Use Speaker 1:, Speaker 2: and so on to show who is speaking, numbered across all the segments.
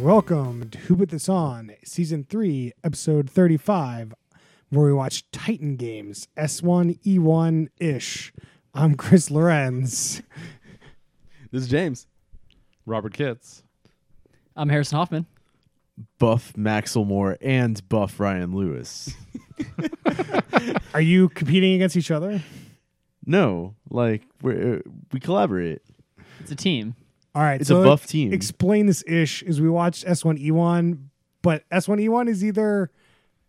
Speaker 1: Welcome to Who Put This On, Season 3, Episode 35, where we watch Titan games, S1, E1 ish. I'm Chris Lorenz.
Speaker 2: This is James.
Speaker 3: Robert Kitts.
Speaker 4: I'm Harrison Hoffman.
Speaker 2: Buff Maxelmore and Buff Ryan Lewis.
Speaker 1: Are you competing against each other?
Speaker 2: No, like we we collaborate.
Speaker 4: It's a team.
Speaker 1: All right.
Speaker 2: It's
Speaker 1: so
Speaker 2: a buff team.
Speaker 1: Explain this ish is we watched S1, E1, E but S1, E1 is either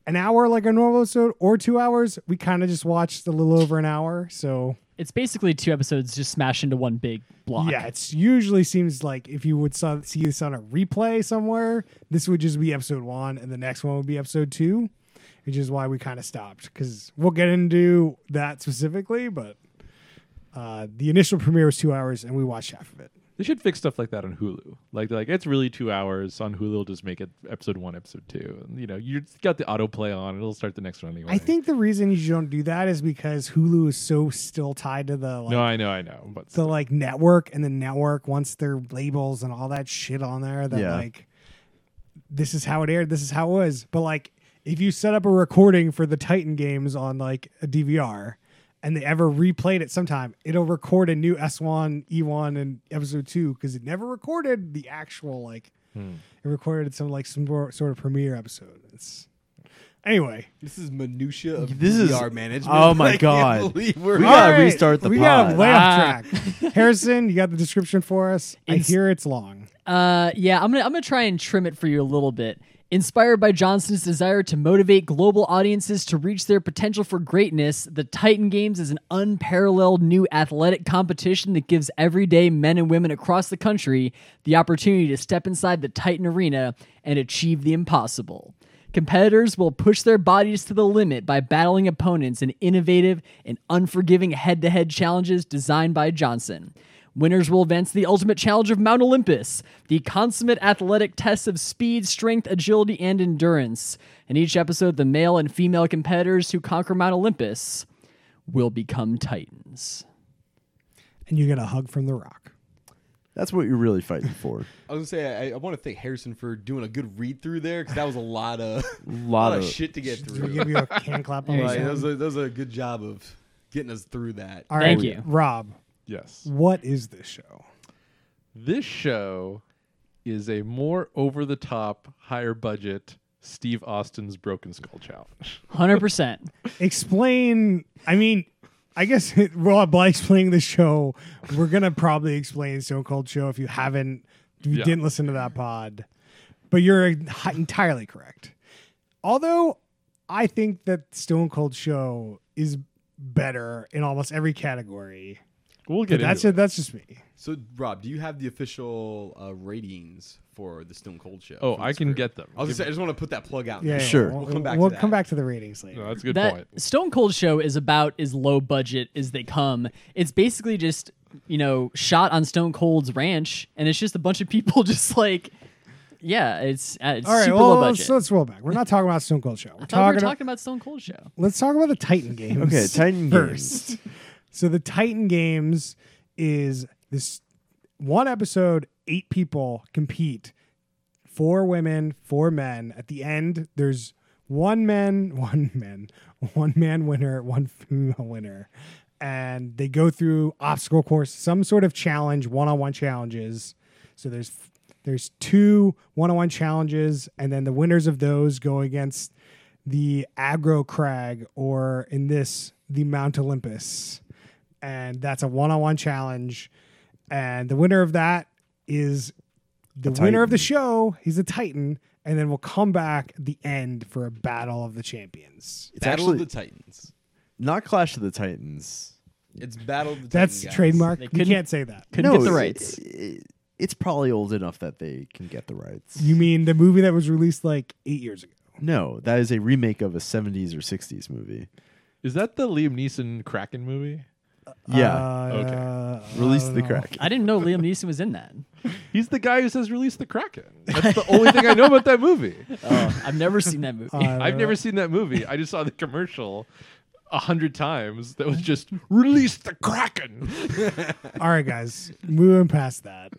Speaker 1: an hour like a normal episode or two hours. We kind of just watched a little over an hour. So,
Speaker 4: It's basically two episodes just smashed into one big block.
Speaker 1: yeah, it's usually seems like if you would saw, see this on a replay somewhere, this would just be episode one and the next one would be episode two, which is why we kind of stopped because we'll get into that specifically. But uh, the initial premiere was two hours and we watched half of it.
Speaker 3: They should fix stuff like that on Hulu. Like, they're like it's really two hours on Hulu. Will just make it episode one, episode two. And, you know, you got the autoplay on. It'll start the next one anyway.
Speaker 1: I think the reason you don't do that is because Hulu is so still tied to the like,
Speaker 3: no, I know, I know. But
Speaker 1: the like network and the network wants their labels and all that shit on there that
Speaker 2: Yeah.
Speaker 1: like this is how it aired, this is how it was. But like if you set up a recording for the Titan games on like a DVR and they ever replayed it sometime, it'll record a new S1, E1 and episode 2 cuz it never recorded the actual like
Speaker 2: Hmm.
Speaker 1: it recorded some like some more, sort of premiere episode. It's Anyway,
Speaker 5: This is minutia of
Speaker 2: This is-
Speaker 5: VR management.
Speaker 2: oh my
Speaker 5: I can't
Speaker 2: God.
Speaker 5: believe we're-
Speaker 2: We
Speaker 1: All
Speaker 2: gotta restart the
Speaker 1: We gotta
Speaker 2: pod.
Speaker 1: way
Speaker 4: Ah.
Speaker 1: off track. Harrison, you got the description for us. I
Speaker 4: Inst-
Speaker 1: hear it's long.
Speaker 4: Uh, yeah, I'm gonna I'm gonna try and trim it for you a little bit. Inspired by Johnson's desire to motivate global audiences to reach their potential for greatness, the Titan Games is an unparalleled new athletic competition that gives everyday men and women across the country the opportunity to step inside the Titan arena and achieve the impossible. Competitors will push their bodies to the limit by battling opponents in innovative and unforgiving head to head challenges designed by Johnson. Winners will advance to the ultimate challenge of Mount Olympus, the consummate athletic test of speed, strength, agility, and endurance. In each episode, the male and female competitors who conquer Mount Olympus will become Titans.
Speaker 1: and you get a hug from The Rock.
Speaker 2: That's what you're really fighting for.
Speaker 5: I was gonna say I, I want to thank Harrison for doing a good read through there because that was a lot of
Speaker 2: Lot
Speaker 5: of
Speaker 2: of-
Speaker 5: shit to get through.
Speaker 1: We give you a hand clap. on the
Speaker 5: Like,
Speaker 1: side.
Speaker 5: that, was a, that was a good job of getting us through that.
Speaker 1: All
Speaker 4: Thank you.
Speaker 1: Rob.
Speaker 3: yes,
Speaker 1: What is this show?
Speaker 3: this show is a more over the top, higher budget Steve Austin's Broken Skull Challenge.
Speaker 4: 100%.
Speaker 1: Explain. I mean, I guess Rob by explaining the show, we're gonna probably explain Stone Cold Show if you haven't, if you
Speaker 3: Yeah.
Speaker 1: didn't listen to that pod. But you're hi- entirely correct. Although I think that Stone Cold Show is better in almost every category.
Speaker 3: We'll
Speaker 1: But
Speaker 3: get
Speaker 1: that's it.
Speaker 3: into
Speaker 1: That's just me.
Speaker 5: So, Rob, do you have the official uh, ratings for the Stone Cold show?
Speaker 3: Oh,
Speaker 5: for
Speaker 3: I
Speaker 5: this
Speaker 3: can
Speaker 5: group?
Speaker 3: get them.
Speaker 5: I was gonna
Speaker 3: Give-
Speaker 5: say, I just want to put that plug out.
Speaker 1: Yeah,
Speaker 5: there.
Speaker 1: yeah,
Speaker 2: Sure.
Speaker 1: We'll,
Speaker 5: We'll come back to
Speaker 1: We'll
Speaker 5: that.
Speaker 1: come back to the ratings later.
Speaker 3: No, that's a good
Speaker 4: that
Speaker 3: point.
Speaker 4: Stone Cold show is about as low budget as they come. It's basically just, you know, shot on Stone Cold's ranch, and it's just a bunch of people just like, yeah, it's, uh, it's
Speaker 1: All right,
Speaker 4: super
Speaker 1: well,
Speaker 4: low budget.
Speaker 1: let's, let's roll back. We're not talking about Stone Cold Show. We're
Speaker 4: I thought we
Speaker 1: talking,
Speaker 4: were talking about Stone Cold show.
Speaker 1: Let's talk about the Titan games.
Speaker 2: Okay, Titan
Speaker 1: first. So the Titan games is this one episode. Eight people compete. Four women, four men. At the end, there's one man, one man, one man winner, one female winner, and they go through obstacle course, some sort of challenge, one-on-one challenges. So there's there's two one-on-one challenges, and then the winners of those go against the aggro crag, or in this, the Mount Olympus. And that's a one on one challenge. And the winner of that is the winner of the show. He's a Titan. And then we'll come back at the end for a battle of the champions.
Speaker 2: It's
Speaker 5: Battle
Speaker 2: actually
Speaker 5: of the Titans.
Speaker 2: not Clash of the Titans.
Speaker 5: It's Battle of the
Speaker 1: That's
Speaker 5: Titan, guys.
Speaker 1: trademark.
Speaker 4: They
Speaker 1: You
Speaker 4: couldn't-
Speaker 1: can't say that.
Speaker 4: Couldn't get the
Speaker 2: it-
Speaker 4: rights.
Speaker 2: it- it's probably old enough that they can get the rights.
Speaker 1: You mean the movie that was released like eight years ago?
Speaker 2: no, that is a remake of a 70s or 60s movie.
Speaker 3: Is that the Liam Neeson Kraken movie?
Speaker 2: Yeah,
Speaker 1: Uh, okay.
Speaker 2: release the crack.
Speaker 4: I didn't know Liam Neeson was in that.
Speaker 3: He's the guy who says release the Kraken. That's the only thing I know about that movie.
Speaker 1: Oh.
Speaker 4: I've never seen that movie.
Speaker 3: I've never seen that movie. I just saw the commercial a hundred times that was just release the Kraken.
Speaker 1: All right, guys, moving past that.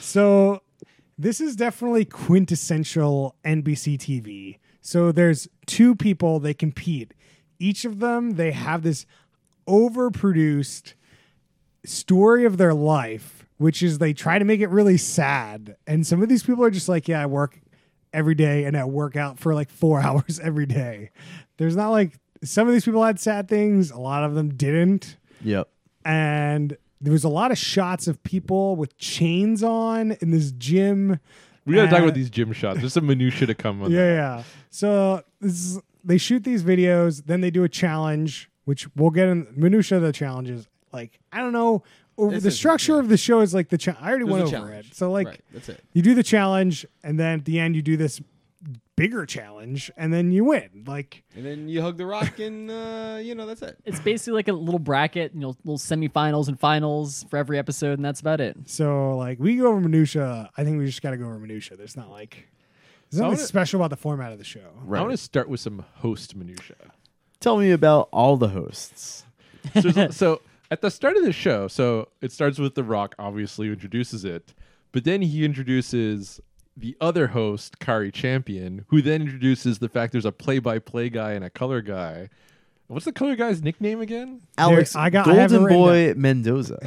Speaker 1: so This is definitely quintessential NBC TV. So there's two people they compete. Each of them they have this overproduced story of their life, which is they try to make it really sad. And some of these people are just like, yeah, I work every day and I work out for like four hours every day. There's not like some of these people had sad things, a lot of them didn't.
Speaker 2: Yep.
Speaker 1: And there was a lot of shots of people with chains on in this gym.
Speaker 3: We gotta talk
Speaker 1: And-
Speaker 3: about these gym shots. There's some minutia to come on.
Speaker 1: Uh, yeah,
Speaker 3: that.
Speaker 1: yeah. So this is, they shoot these videos, then they do a challenge, which we'll get in minutia of the challenges. Like I don't know, over
Speaker 5: This
Speaker 1: the
Speaker 5: is-
Speaker 1: structure of the show is like the cha- I already
Speaker 5: There's a
Speaker 1: went over
Speaker 5: challenge.
Speaker 1: it. So like
Speaker 5: Right, that's it.
Speaker 1: you do the challenge, and then at the end you do this bigger challenge, and then you win. Like
Speaker 5: And then you hug the rock, and uh, you know that's it.
Speaker 4: It's basically like a little bracket, you know, little semifinals and finals for every episode, and that's about it.
Speaker 1: so, like we go over minutia. I think we just got to go over minutia. There's not like there's
Speaker 3: I
Speaker 1: nothing
Speaker 3: wanna-
Speaker 1: special about the format of the show.
Speaker 3: I
Speaker 2: Right.
Speaker 3: want to start with some host minutia.
Speaker 2: Tell me about all the hosts.
Speaker 3: So, so at the start of the show, so it starts with The Rock, obviously who introduces it, but then he introduces the other host, Kari Champion, who then introduces the fact there's a play-by-play guy and a color guy. What's the color guy's nickname again?
Speaker 2: Alex
Speaker 1: I got- I have it
Speaker 2: Golden
Speaker 1: written
Speaker 2: Boy Mendoza.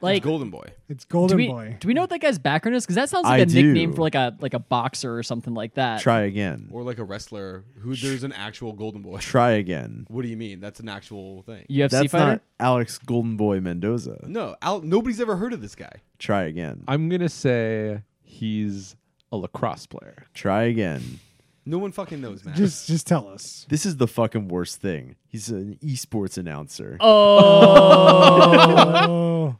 Speaker 4: Like,
Speaker 5: Golden Boy.
Speaker 1: It's
Speaker 4: do
Speaker 1: Golden
Speaker 4: we,
Speaker 1: Boy.
Speaker 4: do we know what that guy's background is? Because that sounds
Speaker 2: I
Speaker 4: like a
Speaker 2: do.
Speaker 4: nickname for like a like a boxer or something like that.
Speaker 2: Try again.
Speaker 5: or like a wrestler who there's an actual golden boy.
Speaker 2: Try again.
Speaker 5: What do you mean? That's an actual thing.
Speaker 4: UFC
Speaker 2: That's
Speaker 4: fighter.
Speaker 2: not Alex Golden Boy Mendoza.
Speaker 5: No, Al, nobody's ever heard of this guy.
Speaker 2: Try again.
Speaker 3: I'm gonna say he's a lacrosse player.
Speaker 2: Try again.
Speaker 5: No one fucking knows, man.
Speaker 1: just just tell us.
Speaker 2: This is the fucking worst thing. He's an esports announcer.
Speaker 4: Oh,
Speaker 1: Oh,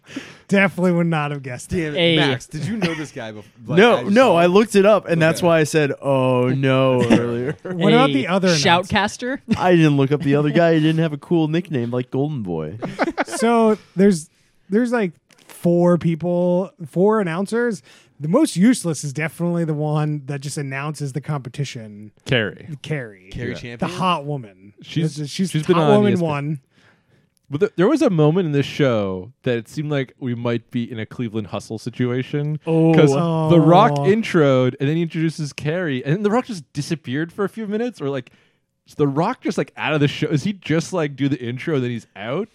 Speaker 1: definitely would not have guessed it.
Speaker 5: Damn it,
Speaker 4: Hey.
Speaker 5: Max. Did you know this guy before?
Speaker 2: no, no, I
Speaker 5: I
Speaker 2: looked it up, and that's
Speaker 5: Okay.
Speaker 2: why I said, "Oh no!" earlier.
Speaker 1: What about
Speaker 4: Hey,
Speaker 1: the other announcer?
Speaker 4: shoutcaster?
Speaker 2: I didn't look up the other guy. He didn't have a cool nickname like Golden Boy.
Speaker 1: so there's there's like four people, four announcers. The most useless is definitely the one that just announces the competition.
Speaker 3: Carrie.
Speaker 1: Carrie,
Speaker 5: Carrie
Speaker 1: the
Speaker 5: Champion.
Speaker 1: hot woman.
Speaker 3: She's-
Speaker 1: That's- she's
Speaker 3: she's
Speaker 1: hot
Speaker 3: been on
Speaker 1: woman
Speaker 3: ESPN.
Speaker 1: one.
Speaker 3: But th- there was a moment in this show that it seemed like we might be in a Cleveland hustle situation.
Speaker 2: Oh.
Speaker 3: because The Rock
Speaker 1: Oh.
Speaker 3: introed and then he introduces Carrie, and then The Rock just disappeared for a few minutes, or like. is the Rock just like out of the show? Is he just like do the intro, then he's out?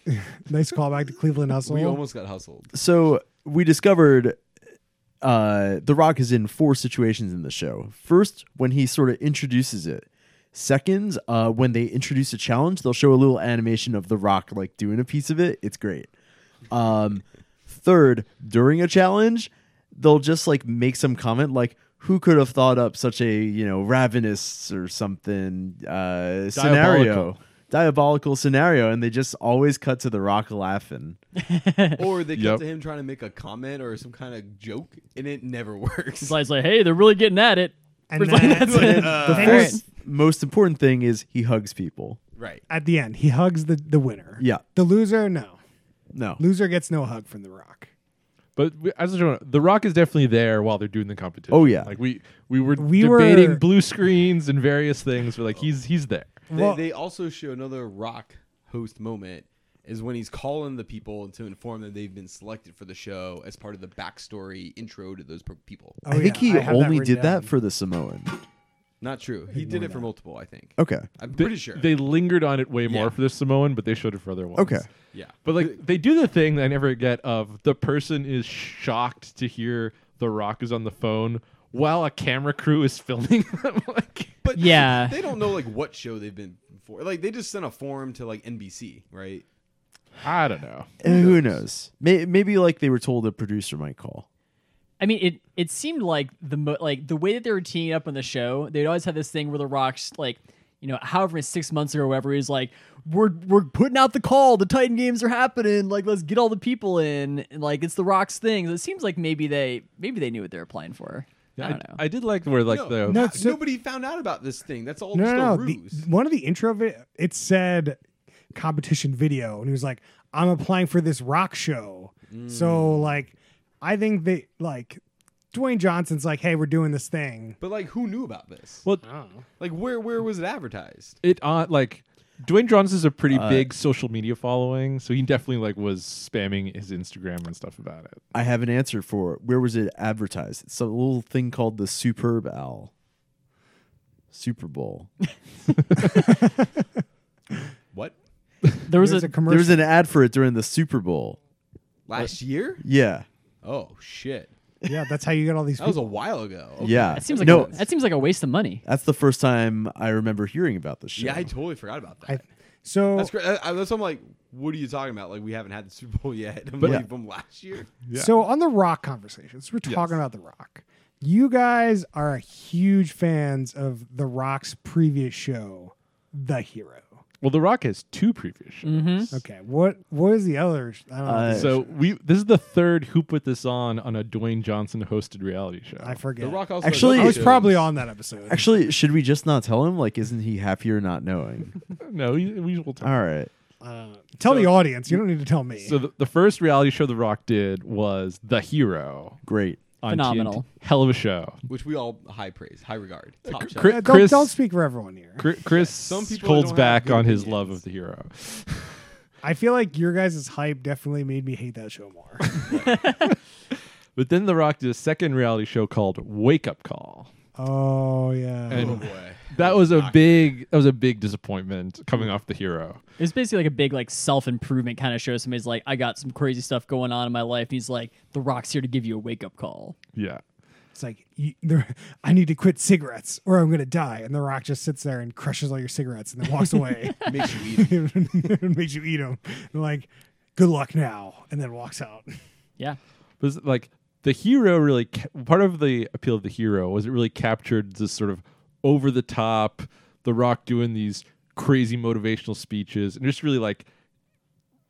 Speaker 1: Nice callback to Cleveland Hustle.
Speaker 5: We almost got hustled.
Speaker 2: So we discovered uh, The Rock is in four situations in the show. First, when he sort of introduces it. Second, uh, when they introduce a challenge, they'll show a little animation of The Rock like doing a piece of it. It's great. Um, third, during a challenge, they'll just like make some comment like, "Who could have thought up such a you know ravenous or something uh, scenario?"
Speaker 3: Diabolical.
Speaker 2: Diabolical scenario, and they just always cut to The Rock laughing.
Speaker 5: Or they
Speaker 3: Yep.
Speaker 5: cut to him trying to make a comment or some kind of joke, and it never works.
Speaker 4: It's like- it's like, hey, they're really getting at it.
Speaker 1: And
Speaker 4: First line,
Speaker 1: then-
Speaker 4: that's it.
Speaker 2: the
Speaker 1: Uh,
Speaker 2: fourth
Speaker 1: Alright.
Speaker 2: most important thing is he hugs people.
Speaker 5: right.
Speaker 1: at the end, he hugs the the winner.
Speaker 2: Yeah.
Speaker 1: the loser no.
Speaker 2: No.
Speaker 1: Loser gets no hug from the Rock.
Speaker 3: But we- as I was The Rock is definitely there while they're doing the competition.
Speaker 2: Oh, yeah.
Speaker 3: like we we were
Speaker 1: We
Speaker 3: debating
Speaker 1: were-
Speaker 3: blue screens and various things, but like he's he's there.
Speaker 5: They,
Speaker 1: Well-
Speaker 5: they also show another rock host moment is when he's calling the people to inform them they've been selected for the show as part of the backstory intro to those per- people.
Speaker 1: Oh,
Speaker 2: I think
Speaker 1: yeah,
Speaker 2: he
Speaker 1: have
Speaker 2: only
Speaker 1: written
Speaker 2: did that
Speaker 1: down.
Speaker 2: for the Samoan.
Speaker 5: Not true. He did it for multiple, I think.
Speaker 2: Okay.
Speaker 5: I'm
Speaker 3: They-
Speaker 5: pretty sure.
Speaker 3: They lingered on it way more
Speaker 5: Yeah.
Speaker 3: for the Samoan, but they showed it for other ones.
Speaker 2: Okay.
Speaker 5: yeah.
Speaker 3: But like they do the thing that I never get of the person is shocked to hear The Rock is on the phone while a camera crew is filming them. like
Speaker 5: But
Speaker 4: Yeah.
Speaker 5: they don't know like what show they've been for. Like they just sent a form to like NBC, right?
Speaker 3: I don't know.
Speaker 2: And who knows? May- Maybe like they were told a producer might call.
Speaker 4: I mean, it it seemed like the mo- like the way that they were teeing up on the show, they'd always have this thing where the rocks like. You know, however, six months ago or whatever, he's like, "We're we're putting out the call. The Titan games are happening. Like, let's get all the people in. And, like, it's the Rock's thing." It seems like maybe they maybe they knew what they were applying for. I don't know.
Speaker 3: I did like where like
Speaker 5: No,
Speaker 3: the
Speaker 1: No,
Speaker 5: how-
Speaker 1: so-
Speaker 5: nobody found out about this thing. That's all just
Speaker 1: No, no, no.
Speaker 5: a
Speaker 1: the-
Speaker 5: ruse.
Speaker 1: one of the intro vi- it said competition video, and he was like, "I'm applying for this rock show." So like, I think they like Dwayne Johnson's like, "Hey, we're doing this thing."
Speaker 5: but like, who knew about this?
Speaker 3: well
Speaker 5: Like, where where was it advertised?
Speaker 3: it on like Dwayne Johnson's a pretty
Speaker 2: Uh,
Speaker 3: big social media following, so he definitely like was spamming his Instagram and stuff about it.
Speaker 2: I have an answer for it. Where was it advertised? It's a little thing called the Superb Owl. Super Bowl.
Speaker 5: What?
Speaker 4: There was,
Speaker 1: There's
Speaker 4: a,
Speaker 1: a
Speaker 2: There
Speaker 1: commercial.
Speaker 2: was an ad for it during the Super Bowl.
Speaker 5: Last year?
Speaker 2: Yeah.
Speaker 5: Oh shit.
Speaker 1: yeah, that's how you get all these.
Speaker 5: That was
Speaker 1: People.
Speaker 5: a while ago. Okay.
Speaker 2: Yeah.
Speaker 4: that seems like
Speaker 2: no,
Speaker 4: a, that seems like a waste of money.
Speaker 2: that's the first time I remember hearing about this show.
Speaker 5: Yeah, I totally forgot about that.
Speaker 1: I- so
Speaker 5: that's great. I, I, that's I'm like, what are you talking about? Like we haven't had the Super Bowl yet. I'm
Speaker 2: But-
Speaker 5: like, from last year.
Speaker 3: Yeah.
Speaker 1: So on the Rock conversations, we're talking about the Rock. You guys are huge fans of the Rock's previous show, The Hero.
Speaker 3: Well, The Rock has two previous shows.
Speaker 1: Okay, what what is the other? sh- I don't know.
Speaker 2: Uh,
Speaker 3: So we this is the third who put this on on a Dwayne Johnson hosted reality show.
Speaker 1: I forget.
Speaker 5: The Rock also has
Speaker 2: Actually-
Speaker 5: other
Speaker 1: I was
Speaker 5: shows.
Speaker 1: probably on that episode.
Speaker 2: Actually, should we just not tell him? Like, isn't he happier not knowing?
Speaker 3: no, we, we will talk.
Speaker 2: All right.
Speaker 1: Uh, tell the audience. You don't need to tell me.
Speaker 3: So the, the first reality show The Rock did was The Hero
Speaker 2: Great.
Speaker 3: on
Speaker 4: Phenomenal.
Speaker 3: TNT. Hell of a show.
Speaker 5: which we all high praise, high regard, top shelf.
Speaker 1: Uh,
Speaker 3: Chris,
Speaker 1: don't,
Speaker 3: Chris,
Speaker 1: don't speak for everyone here.
Speaker 3: Chri- Chris
Speaker 5: Some people
Speaker 3: holds
Speaker 5: don't have
Speaker 3: back
Speaker 5: good
Speaker 3: on his
Speaker 5: opinions.
Speaker 3: love of The Hero.
Speaker 1: I feel like your guys' hype definitely made me hate that show more.
Speaker 3: But then The Rock did a second reality show called Wake Up Call.
Speaker 1: oh yeah.
Speaker 5: Oh
Speaker 3: And
Speaker 5: boy.
Speaker 3: that was a
Speaker 5: Knock.
Speaker 3: big that was a big disappointment coming off The Hero.
Speaker 4: It was basically like a big like self improvement kind of show. Somebody's like, I got some crazy stuff going on in my life, and he's like, The Rock's here to give you a wake up call.
Speaker 3: Yeah.
Speaker 1: It's like you, there, I need to quit cigarettes or I'm gonna die. And the Rock just sits there and crushes all your cigarettes and then walks away.
Speaker 5: Makes you eat.
Speaker 1: and makes you eat them. And like, good luck now, and then walks out.
Speaker 4: Yeah,
Speaker 3: was like the hero really ca- part of the appeal of the hero was it really captured this sort of over the top the rock doing these crazy motivational speeches and just really like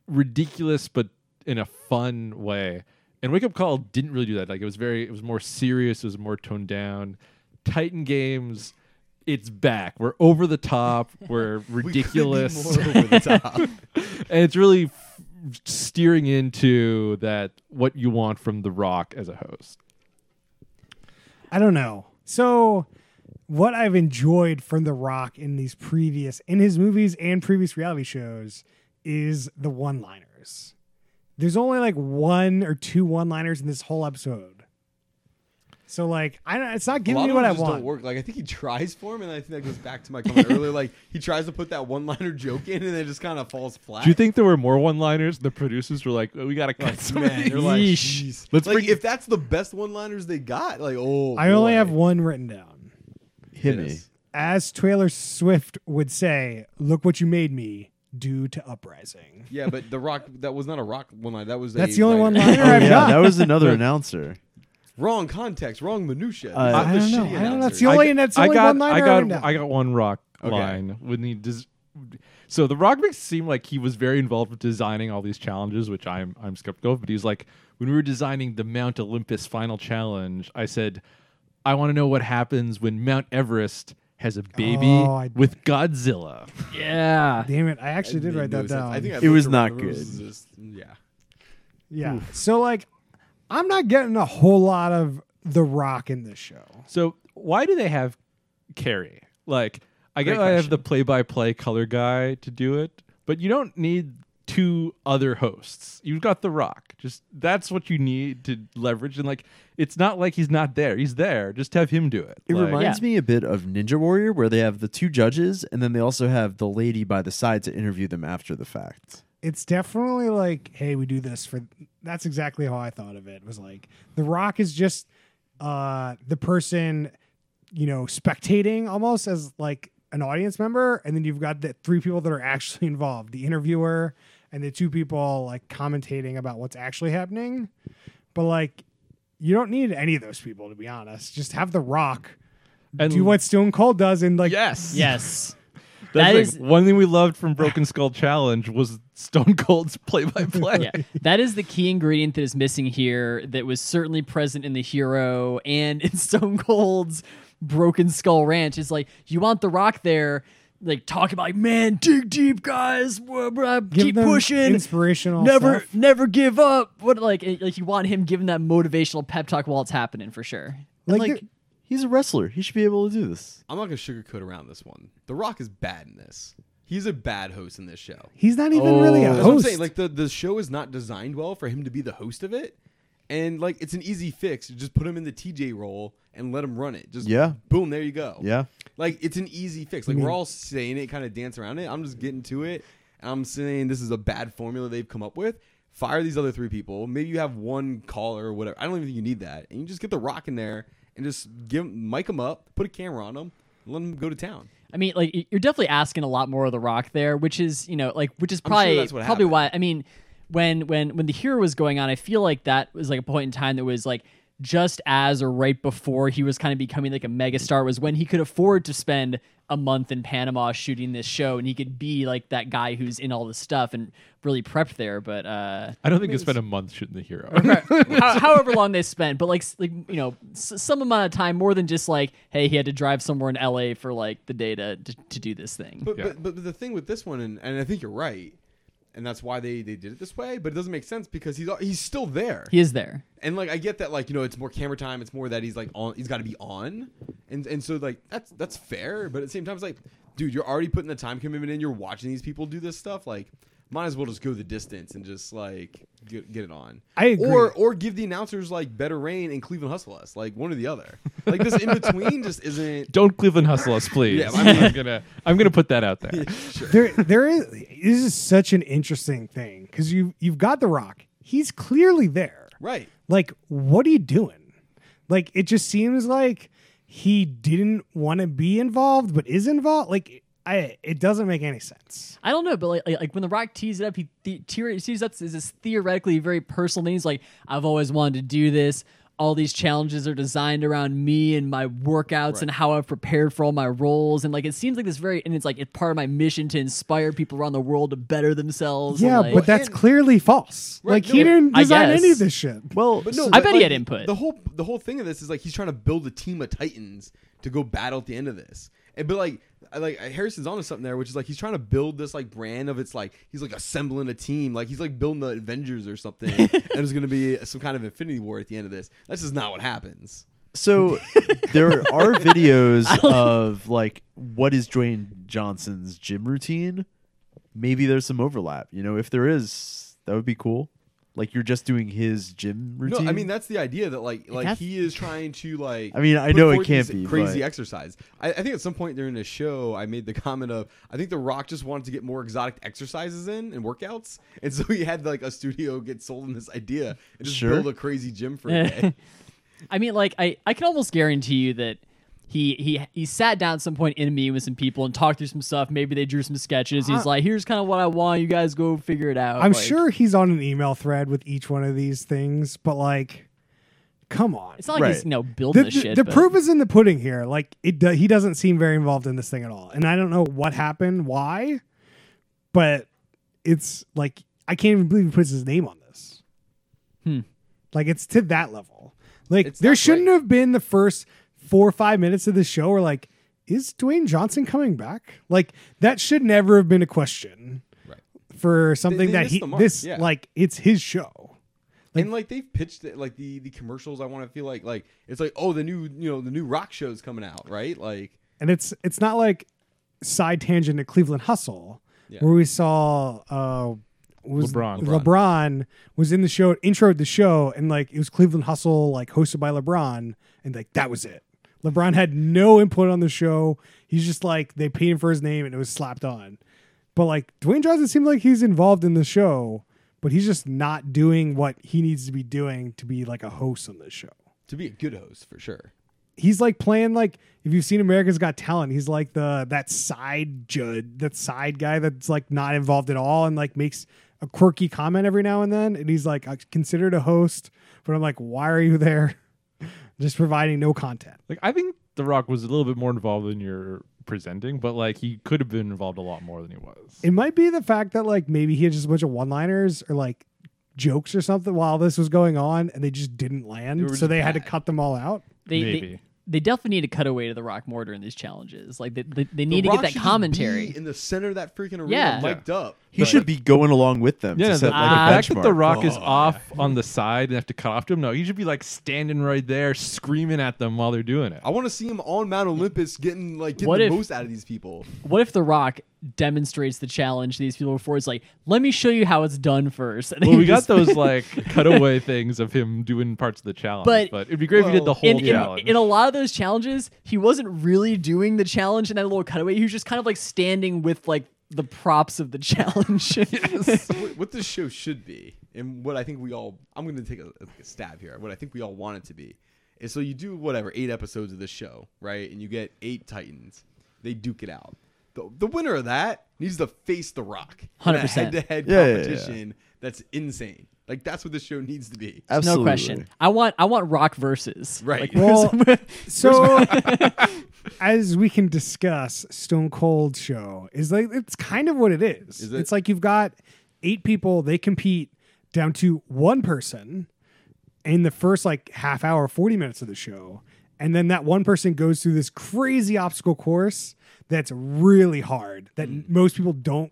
Speaker 3: ridiculous but in a fun way and wake up call didn't really do that like it was very it was more serious it was more toned down titan games it's back we're over the top we're ridiculous
Speaker 5: More over the top.
Speaker 3: and it's really f- steering into that what you want from the rock as a host
Speaker 1: I don't know. So, what I've enjoyed from The Rock in these previous, in his movies and previous reality shows, is the one liners. There's only like one or two one liners in this whole episode. So like I don't, it's not
Speaker 5: A
Speaker 1: giving
Speaker 5: lot
Speaker 1: me
Speaker 5: of
Speaker 1: what
Speaker 5: them
Speaker 1: I
Speaker 5: just
Speaker 1: want.
Speaker 5: don't work. Like I think he tries for him, and I think that goes back to my comment earlier. Like he tries to put that one-liner joke in, and it just kind of falls flat.
Speaker 3: do you think there were more one-liners the producers were like we gotta cut some of
Speaker 5: Man,
Speaker 3: these
Speaker 5: they're like,
Speaker 4: Yeesh.
Speaker 5: "Jeez."
Speaker 3: Let's
Speaker 5: like
Speaker 3: bring-
Speaker 5: if that's the best one-liners they got, like oh,
Speaker 1: I only
Speaker 5: boy.
Speaker 1: have one written down.
Speaker 2: Hit me.
Speaker 1: As Taylor Swift would say, "Look what you made me." Due to uprising.
Speaker 5: Yeah, but the rock that was not a rock one line. That was
Speaker 1: That's
Speaker 5: a
Speaker 1: the only
Speaker 5: writer.
Speaker 1: one liner
Speaker 2: Oh,
Speaker 1: I've
Speaker 2: yeah,
Speaker 1: got.
Speaker 2: that was another announcer.
Speaker 5: Wrong context, wrong minutia.
Speaker 2: Uh,
Speaker 1: I
Speaker 5: This
Speaker 1: don't
Speaker 5: is
Speaker 1: know.
Speaker 5: shitty
Speaker 1: I don't know. It's
Speaker 5: announcer.
Speaker 1: the only, and that's the
Speaker 3: I
Speaker 1: only
Speaker 3: got,
Speaker 1: one
Speaker 3: I
Speaker 1: liner
Speaker 3: got,
Speaker 1: written down.
Speaker 3: I got one rock
Speaker 5: Okay.
Speaker 3: line when he does. So the rock makes it seem like he was very involved with designing all these challenges, which I'm I'm skeptical of. But he's like, when we were designing the Mount Olympus final challenge, I said, I want to know what happens when Mount Everest has a baby
Speaker 1: Oh, I-
Speaker 3: with Godzilla.
Speaker 4: yeah.
Speaker 1: Damn it! I actually
Speaker 5: It
Speaker 1: did
Speaker 5: made
Speaker 1: write
Speaker 5: no
Speaker 1: that
Speaker 5: sense.
Speaker 1: down.
Speaker 5: I think I
Speaker 2: It
Speaker 5: looked
Speaker 2: was
Speaker 5: around
Speaker 2: not
Speaker 5: the room, it was
Speaker 2: good.
Speaker 5: just- yeah.
Speaker 1: yeah. So like, I'm not getting a whole lot of The Rock in this show.
Speaker 3: So why do they have Carrie? Like, I get
Speaker 4: Great
Speaker 3: why I have the play-by-play color guy to do it, but you don't need two other hosts. You've got The Rock. Just that's what you need to leverage. And like, it's not like he's not there. He's there. Just have him do it.
Speaker 2: It
Speaker 3: Like,
Speaker 2: reminds me a bit of Ninja Warrior, where they have the two judges, and then they also have the lady by the side to interview them after the fact.
Speaker 1: It's definitely like, hey, we do this for. That's exactly how I thought of it. Was like, The Rock is just uh the person, you know, spectating almost as like an audience member, and then you've got the three people that are actually involved: the interviewer and the two people like commentating about what's actually happening. But like, you don't need any of those people to be honest. Just have The Rock.
Speaker 3: and
Speaker 1: do what Stone Cold does and like
Speaker 3: Yes.
Speaker 4: Yes.
Speaker 3: That's
Speaker 4: That
Speaker 3: the
Speaker 4: is-
Speaker 3: thing. one thing we loved from Broken Skull Challenge was Stone Cold's play-by-play.
Speaker 4: yeah. That is the key ingredient that is missing here that was certainly present in the hero and in Stone Cold's Broken Skull Ranch. It's like you want the rock there, like talk about like, man, dig deep guys, blah, blah,
Speaker 1: give
Speaker 4: keep
Speaker 1: them
Speaker 4: pushing.
Speaker 1: inspirational
Speaker 4: Never
Speaker 1: stuff.
Speaker 4: never give up. What like it- like you want him giving that motivational pep talk while it's happening for sure.
Speaker 2: And,
Speaker 1: Like
Speaker 2: like, he's a wrestler; he should be able to do this.
Speaker 5: I'm not gonna sugarcoat around this one. The Rock is bad in this. He's a bad host in this show.
Speaker 1: He's not even really
Speaker 2: Oh.
Speaker 1: a
Speaker 5: Oh, That's what I'm
Speaker 1: host.
Speaker 5: saying. Like the, the show is not designed well for him to be the host of it. And like it's an easy fix. Just put him in the TJ role and let him run it. Just
Speaker 2: Yeah.
Speaker 5: boom, there you go.
Speaker 2: Yeah.
Speaker 5: Like it's an easy fix. Like we're all saying it, kind of dance around it. I'm just getting to it. And I'm saying this is a bad formula they've come up with. Fire these other three people. Maybe you have one caller or whatever. I don't even think you need that. And you just get the rock in there and just give mic him up, put a camera on him, and let him go to town.
Speaker 4: I mean, like y- you're definitely asking a lot more of the Rock there, which is you know like which is
Speaker 5: sure
Speaker 4: probably
Speaker 5: that's what
Speaker 4: probably
Speaker 5: happened.
Speaker 4: why. I mean, when when when the hero was going on, I feel like that was like a point in time that was like just as or right before he was kind of becoming like a megastar was when he could afford to spend a month in Panama shooting this show and he could be like that guy who's in all this stuff and really prepped there. But uh
Speaker 3: I don't think it's been a month shooting the hero.
Speaker 4: how, however long they spent, but like s- like you know s- some amount of time more than just like hey he had to drive somewhere in L.A. for like the day to to, to do this thing.
Speaker 5: But,
Speaker 3: Yeah.
Speaker 5: but but the thing with this one, and, and I think you're right, and that's why they, they did it this way. But it doesn't make sense because he's al- he's still there,
Speaker 4: He is there.
Speaker 5: and like I get that, like you know, it's more camera time. It's more that he's like on. He's got to be on, and and so like that's that's fair. But at the same time, it's like, dude, you're already putting the time commitment in. You're watching these people do this stuff. Like, might as well just go the distance and just like get, get it on.
Speaker 1: I agree.
Speaker 5: Or or give the announcers like better rain and Cleveland hustle us, like one or the other. Like this in between just isn't.
Speaker 3: Don't Cleveland hustle us, please.
Speaker 5: Yeah,
Speaker 3: I'm,
Speaker 5: I'm-
Speaker 3: gonna I'm gonna put that out there.
Speaker 1: there there is this is such an interesting thing because you you've got the rock he's clearly there
Speaker 5: Right.
Speaker 1: like what are you doing like it just seems like he didn't want to be involved but is involved like i it doesn't make any sense
Speaker 4: I don't know, but like, like, like when The Rock tees it up, he the- te- tees up is this theoretically very personal thing. He's like, I've always wanted to do this. All these challenges are designed around me and my workouts and how I've prepared for all my roles. And like, it seems like this very, and it's like, it's part of my mission to inspire people around the world to better themselves. and,
Speaker 1: yeah
Speaker 4: like-
Speaker 1: but that's clearly false
Speaker 5: Right,
Speaker 1: like
Speaker 5: no,
Speaker 1: he didn't
Speaker 4: I
Speaker 1: design any
Speaker 4: guess.
Speaker 1: of this shit
Speaker 2: Well,
Speaker 5: But no,
Speaker 4: I
Speaker 5: but,
Speaker 4: bet he
Speaker 5: like,
Speaker 4: had input.
Speaker 5: The whole the whole thing of this is like he's trying to build a team of titans to go battle at the end of this. And but like I- like Harrison's onto something there, which is like he's trying to build this like brand of it's like he's like assembling a team, like he's like building the Avengers or something, and there's gonna be some kind of Infinity War at the end of this. That's just not what happens.
Speaker 2: So there are videos of like what is Dwayne Johnson's gym routine. Maybe there's some overlap. You know, if there is, that would be cool. Like you're just doing his gym routine.
Speaker 5: No, I mean that's the idea that like like
Speaker 4: That's-
Speaker 5: he is trying to like.
Speaker 2: I mean, I
Speaker 5: put
Speaker 2: know it
Speaker 5: forth
Speaker 2: can't
Speaker 5: this
Speaker 2: be,
Speaker 5: crazy
Speaker 2: but-
Speaker 5: exercise. I, I think at some point during the show, I made the comment of I think The Rock just wanted to get more exotic exercises in and workouts, and so he had like a studio get sold on this idea and just
Speaker 2: Sure.
Speaker 5: build a crazy gym for a day.
Speaker 4: I mean, like I, I can almost guarantee you that he he he sat down at some point in a meeting with some people and talked through some stuff. Maybe they drew some sketches. He's like, here's kind of what I want. You guys go figure it out.
Speaker 1: i'm
Speaker 4: Like,
Speaker 1: sure he's on an email thread with each one of these things but like come on
Speaker 4: it's not like he's
Speaker 2: Right.
Speaker 4: you know building
Speaker 1: the,
Speaker 4: this
Speaker 1: the-
Speaker 4: shit.
Speaker 1: the
Speaker 4: but-
Speaker 1: proof is in the pudding here. Like it, do, he doesn't seem very involved in this thing at all, and I don't know what happened, why, but it's like I can't even believe he puts his name on this. Like it's to that level. Like
Speaker 5: Hmm. It's
Speaker 1: there
Speaker 5: not
Speaker 1: shouldn't
Speaker 5: great.
Speaker 1: have been the first four or five minutes of the show where like, is Dwayne Johnson coming back? Like that should never have been a question
Speaker 5: Right.
Speaker 1: for something
Speaker 5: they
Speaker 1: that
Speaker 5: missed
Speaker 1: he
Speaker 5: the mark,
Speaker 1: this
Speaker 5: yeah.
Speaker 1: like it's his show.
Speaker 5: and like they've pitched it like the the commercials. I want to feel like like it's like oh the new you know the new rock show's coming out right like
Speaker 1: and it's it's not like side tangent to Cleveland Hustle
Speaker 5: Yeah.
Speaker 1: where we saw uh was
Speaker 3: LeBron.
Speaker 1: LeBron. was in the show introed the show and like it was Cleveland Hustle like hosted by LeBron and like that was it. LeBron had no input on the show. He's just like they paid him for his name and it was slapped on. But like Dwayne Johnson seemed like he's involved in the show, but he's just not doing what he needs to be doing to be like a host on this show
Speaker 5: to be a good host for sure.
Speaker 1: he's like playing like if you've seen America's Got Talent, he's like the that side jud, that side guy that's like not involved at all and like makes a quirky comment every now and then. And he's like I considered a host, but I'm like, why are you there? Just providing no content.
Speaker 3: Like I think The Rock was a little bit more involved than you're presenting, but like he could have been involved a lot more than he was.
Speaker 1: It might be the fact that like maybe he had just a bunch of one liners or like jokes or something while this was going on and they just didn't land.
Speaker 5: were
Speaker 1: so
Speaker 5: just
Speaker 1: they had to
Speaker 5: bad.
Speaker 1: cut them all out.
Speaker 4: they,
Speaker 3: Maybe.
Speaker 4: They, they definitely need to cut away to the Rock Mortar in these challenges. Like they, they, they
Speaker 5: The
Speaker 4: need to
Speaker 5: Rock
Speaker 4: get
Speaker 5: should
Speaker 4: that
Speaker 5: just
Speaker 4: commentary.
Speaker 5: be in the center of that freaking arena,
Speaker 4: Yeah.
Speaker 5: mic'd up.
Speaker 2: he should be going along with them.
Speaker 3: Yeah,
Speaker 2: to set,
Speaker 3: the,
Speaker 2: like,
Speaker 3: the
Speaker 2: a
Speaker 3: fact that The
Speaker 2: benchmark.
Speaker 3: Rock is off on the side and have to cut off to him, no, he should be like standing right there, screaming at them while they're doing it.
Speaker 5: I want to see him on Mount Olympus getting like getting
Speaker 4: What
Speaker 5: the
Speaker 4: if-
Speaker 5: most out of these people.
Speaker 4: what if The Rock demonstrates the challenge these people were for. It's like, let me show you how it's done first. And
Speaker 3: Well,
Speaker 4: he
Speaker 3: we got
Speaker 4: just-
Speaker 3: those like cutaway things of him doing parts of the challenge,
Speaker 4: But-
Speaker 3: but, it'd be great if you did the whole
Speaker 4: in, in,
Speaker 3: challenge.
Speaker 4: in a lot of those challenges, he wasn't really doing the challenge in that little cutaway. He was just kind of like standing with like the props of the challenge.
Speaker 5: what, what this show should be, and what I think we all, I'm going to take a, a stab here. What I think we all want it to be is so you do whatever eight episodes of this show, right? And you get eight Titans. They duke it out. The, the winner of that needs to face The Rock. in a
Speaker 4: 100%.
Speaker 5: Head-to-head
Speaker 2: Yeah, yeah, yeah.
Speaker 5: competition. That's insane. Like that's what this show needs to be.
Speaker 2: Absolutely.
Speaker 4: no question. I want I want rock versus.
Speaker 5: Right.
Speaker 1: Well, so as we can discuss, Stone Cold Show is like it's kind of what it is.
Speaker 5: Is it?
Speaker 1: It's like you've got eight people; they compete down to one person in the first like half hour, forty minutes of the show, and then that one person goes through this crazy obstacle course that's really hard that most people don't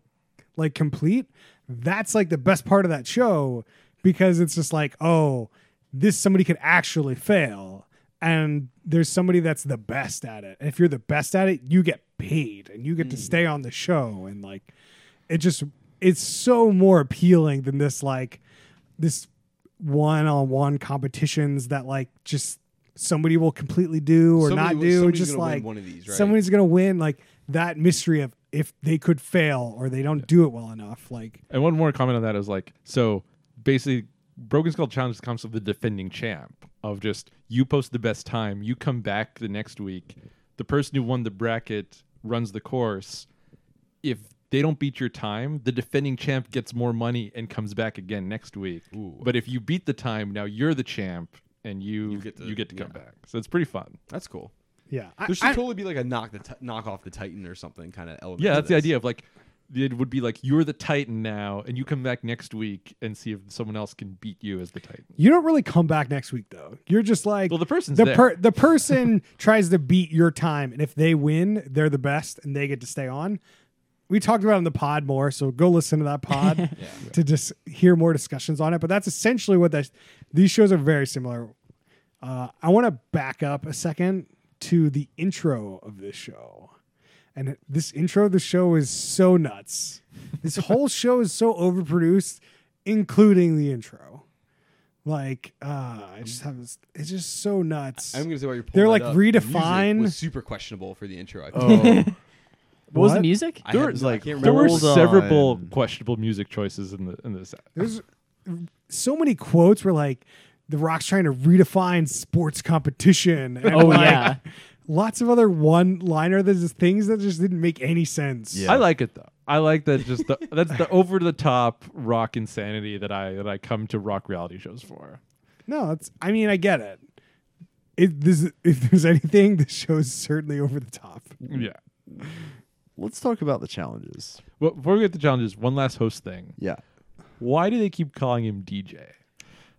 Speaker 1: like complete that's like the best part of that show because it's just like oh this somebody could actually fail and there's somebody that's the best at it and if you're the best at it you get paid and you get to stay on the show and like it just it's so more appealing than this like this one-on-one competitions that like just somebody will completely do or not
Speaker 5: Somebody will-
Speaker 1: do
Speaker 5: somebody's
Speaker 1: just
Speaker 5: gonna win
Speaker 1: like
Speaker 5: one of these, right?
Speaker 1: somebody's gonna win like that mystery of if they could fail or they don't do it well enough like
Speaker 3: and one more comment on that is like, so basically, Broken Skull Challenge comes of the defending champ of just you post the best time, you come back the next week, the person who won the bracket runs the course. If they don't beat your time, the defending champ gets more money and comes back again next week. But if you beat the time, now you're the champ and you you
Speaker 5: get
Speaker 3: get
Speaker 5: to-
Speaker 3: to, come back. So it's pretty fun.
Speaker 5: That's cool.
Speaker 1: yeah I-
Speaker 5: There should
Speaker 1: I-
Speaker 5: totally be like a knock the ti- knock off the Titan or something kind of element.
Speaker 3: Yeah,
Speaker 5: to
Speaker 3: that's the
Speaker 5: this.
Speaker 3: idea of like it would be like you're the Titan now, and you come back next week and see if someone else can beat you as the Titan.
Speaker 1: you don't really come back next week though you're just like
Speaker 3: Well, the person's
Speaker 1: the
Speaker 3: there.
Speaker 1: per- the person tries to beat your time and if they win they're the best and they get to stay on we talked about it on the pod more so go listen to that pod to just hear more discussions on it but that's essentially what that these shows are very similar uh, i want to back up a second to the intro of this show and this intro of the show is so nuts this whole show is so overproduced including the intro like uh i just have this- it's just so nuts
Speaker 5: I'm gonna say why you're.
Speaker 1: They're,
Speaker 5: pulling
Speaker 1: like,
Speaker 5: that up. The music
Speaker 1: redefine-
Speaker 5: was super questionable for the intro. I think.
Speaker 2: Oh,
Speaker 4: What was the
Speaker 1: What?
Speaker 4: music?
Speaker 5: I
Speaker 2: There
Speaker 5: had
Speaker 2: was,
Speaker 5: no- I
Speaker 2: like,
Speaker 5: can't
Speaker 3: There were
Speaker 5: remember.
Speaker 2: Hold
Speaker 3: several
Speaker 2: on.
Speaker 3: questionable music choices in the in this.
Speaker 1: there's so many quotes where like the rock's trying to redefine sports competition and
Speaker 4: Oh,
Speaker 1: like,
Speaker 4: yeah.
Speaker 1: lots of other one liner there's just things that just didn't make any sense
Speaker 2: Yeah.
Speaker 3: I like it though. I like that just the, that's the over the top rock insanity that I that I come to rock reality shows for.
Speaker 1: no it's i mean i get it if this if there's anything this show is certainly over the top
Speaker 2: Mm.
Speaker 3: Yeah.
Speaker 2: let's talk about the challenges.
Speaker 3: Well, before we get to challenges, one last host thing.
Speaker 2: Yeah.
Speaker 3: Why do they keep calling him DJ?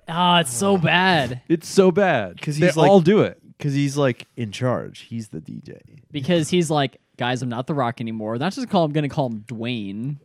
Speaker 4: Ah, it's so bad
Speaker 3: It's so bad
Speaker 2: 'Cause
Speaker 3: they
Speaker 2: he's like-
Speaker 3: all do it.
Speaker 2: Because he's like in charge. He's the DJ.
Speaker 4: because he's like, guys, I'm not the Rock anymore. That's just call. I'm gonna call him Dwayne.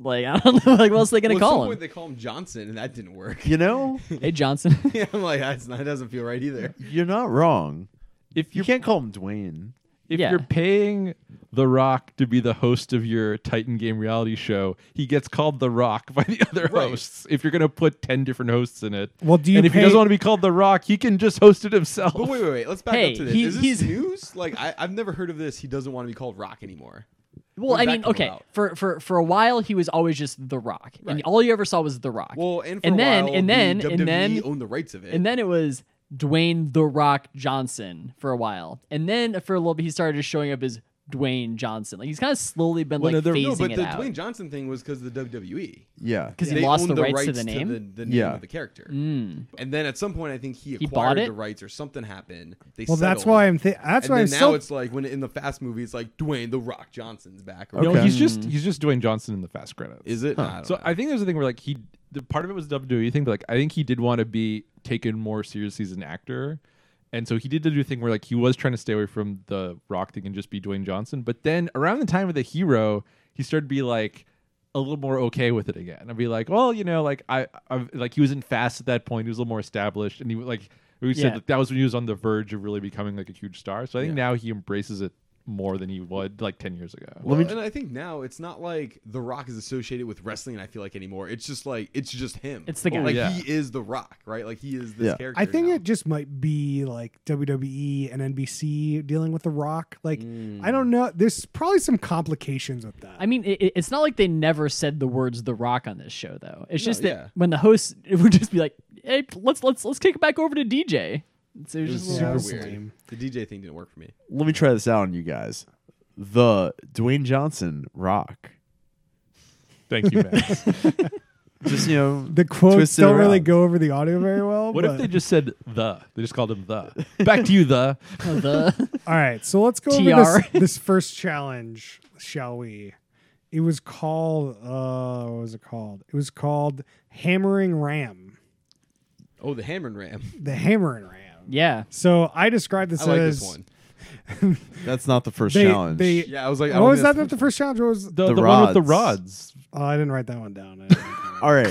Speaker 4: Like I don't know. Like what else are they gonna
Speaker 5: Well, at some
Speaker 4: call
Speaker 5: point
Speaker 4: him?
Speaker 5: they call him Johnson, and that didn't work.
Speaker 2: You know,
Speaker 4: Hey Johnson.
Speaker 5: Yeah, I'm like, that's not, that doesn't feel right either.
Speaker 2: you're not wrong.
Speaker 3: If
Speaker 2: You
Speaker 3: you're
Speaker 2: can't call him Dwayne.
Speaker 3: If
Speaker 4: Yeah.
Speaker 3: you're paying The Rock to be the host of your Titan Game reality show, he gets called The Rock by the other
Speaker 5: Right.
Speaker 3: hosts. If you're going to put 10 different hosts in it.
Speaker 1: Well, do you
Speaker 3: and if
Speaker 1: pay-
Speaker 3: he doesn't want to be called The Rock, he can just host it himself.
Speaker 5: But wait, wait, wait. Let's back
Speaker 4: Hey,
Speaker 5: up to this.
Speaker 4: he-
Speaker 5: Is this
Speaker 4: he's-
Speaker 5: news? Like, I, I've never heard of this. He doesn't want to be called Rock anymore.
Speaker 4: Well,
Speaker 5: Where'd
Speaker 4: I
Speaker 5: that
Speaker 4: mean,
Speaker 5: come
Speaker 4: okay,
Speaker 5: about?
Speaker 4: for, for for a while he was always just the Rock, and
Speaker 5: Right.
Speaker 4: all you ever saw was the Rock.
Speaker 5: Well, and for
Speaker 4: and
Speaker 5: a
Speaker 4: then
Speaker 5: while,
Speaker 4: and then
Speaker 5: the
Speaker 4: and then
Speaker 5: WWE owned the rights of it.
Speaker 4: and then it was Dwayne the Rock Johnson for a while, and then for a little bit he started just showing up as Dwayne Johnson. Like he's kind of slowly been
Speaker 3: Well,
Speaker 4: like
Speaker 3: no, there-
Speaker 4: phasing
Speaker 5: no, but
Speaker 4: it
Speaker 5: the
Speaker 4: out
Speaker 5: Dwayne Johnson thing was because of the WWE.
Speaker 2: Yeah.
Speaker 4: because he
Speaker 5: They
Speaker 4: lost
Speaker 5: owned
Speaker 4: the, rights,
Speaker 5: rights
Speaker 4: to the name. Hmm.
Speaker 5: the, the name
Speaker 2: Yeah.
Speaker 5: of the character. And then at some point, I think he
Speaker 4: He bought
Speaker 5: acquired
Speaker 4: it?
Speaker 5: the rights or something happened. They
Speaker 1: well that's
Speaker 5: settled.
Speaker 1: why i'm thi- that's
Speaker 5: And
Speaker 1: why
Speaker 5: then
Speaker 1: i'm
Speaker 5: now
Speaker 1: so
Speaker 5: it's like when in the Fast movie, it's like Dwayne the Rock Johnson's back. Or
Speaker 2: Okay.
Speaker 3: No, he's just he's just Dwayne Johnson in the fast credits.
Speaker 5: Hmm. Is it? I don't
Speaker 3: so
Speaker 5: know.
Speaker 3: I think there's a thing where like he the part of it was WWE thing, but like I think he did want to be taken more seriously as an actor. And so he did the new thing where like he was trying to stay away from the rock thing and just be Dwayne Johnson. But then around the time of the hero, he started to be like a little more okay with it again. I'd be like, well, you know, like I, I've, like he was in Fast at that point. He was a little more established, and he was, like we
Speaker 4: Yeah.
Speaker 3: said that, that was when he was on the verge of really becoming like a huge star. So I think now he embraces it more than he would like 10 years ago.
Speaker 5: Well, and I think now it's not like The Rock is associated with wrestling. I feel like anymore. It's just like it's just him.
Speaker 4: It's the guy.
Speaker 5: Like
Speaker 3: Yeah.
Speaker 5: he is The Rock, right? Like he is this
Speaker 2: Yeah.
Speaker 5: character.
Speaker 1: I think
Speaker 5: now.
Speaker 1: it just might be like WWE and NBC dealing with The Rock. Like, I
Speaker 5: Hmm.
Speaker 1: don't know. There's probably some complications with that.
Speaker 4: I mean, it, it- it's not like they never said the words "The Rock" on this show, though. It's just that
Speaker 5: yeah.
Speaker 4: when the host, it would just be like, "Hey, let's let's let's kick it back over to DJ." So it was
Speaker 5: It
Speaker 4: just
Speaker 5: was
Speaker 4: a
Speaker 1: Yeah,
Speaker 4: little-
Speaker 5: super
Speaker 1: that's
Speaker 5: weird.
Speaker 1: lame.
Speaker 5: The DJ thing didn't work for me.
Speaker 2: Let me try this out on you guys. The Dwayne Johnson rock.
Speaker 3: Thank you, Max.
Speaker 2: Just you know,
Speaker 1: the quotes
Speaker 2: twist it
Speaker 1: don't really
Speaker 2: around.
Speaker 1: go over the audio very well.
Speaker 3: what
Speaker 1: but-
Speaker 3: if they just said the? They just called him the. Back to you, the.
Speaker 4: the-
Speaker 1: All right, so let's go over
Speaker 4: TR.
Speaker 1: this, this first challenge, shall we? It was called. Uh, what was it called? It was called Hammering Ram.
Speaker 5: Oh, the Hammer and Ram.
Speaker 1: The Hammering Ram.
Speaker 4: yeah.
Speaker 1: So I described this
Speaker 5: I like
Speaker 1: as
Speaker 5: this one.
Speaker 2: That's not the first
Speaker 1: They-
Speaker 2: challenge.
Speaker 1: they-
Speaker 5: Yeah, I was like,
Speaker 1: what
Speaker 5: I don't
Speaker 1: was
Speaker 5: think
Speaker 1: that?
Speaker 5: that's-
Speaker 1: Not the first challenge. What was?
Speaker 3: The,
Speaker 2: The
Speaker 3: the one with the
Speaker 2: rods.
Speaker 3: rods.
Speaker 1: oh, I didn't write that one down. I didn't-
Speaker 2: All right,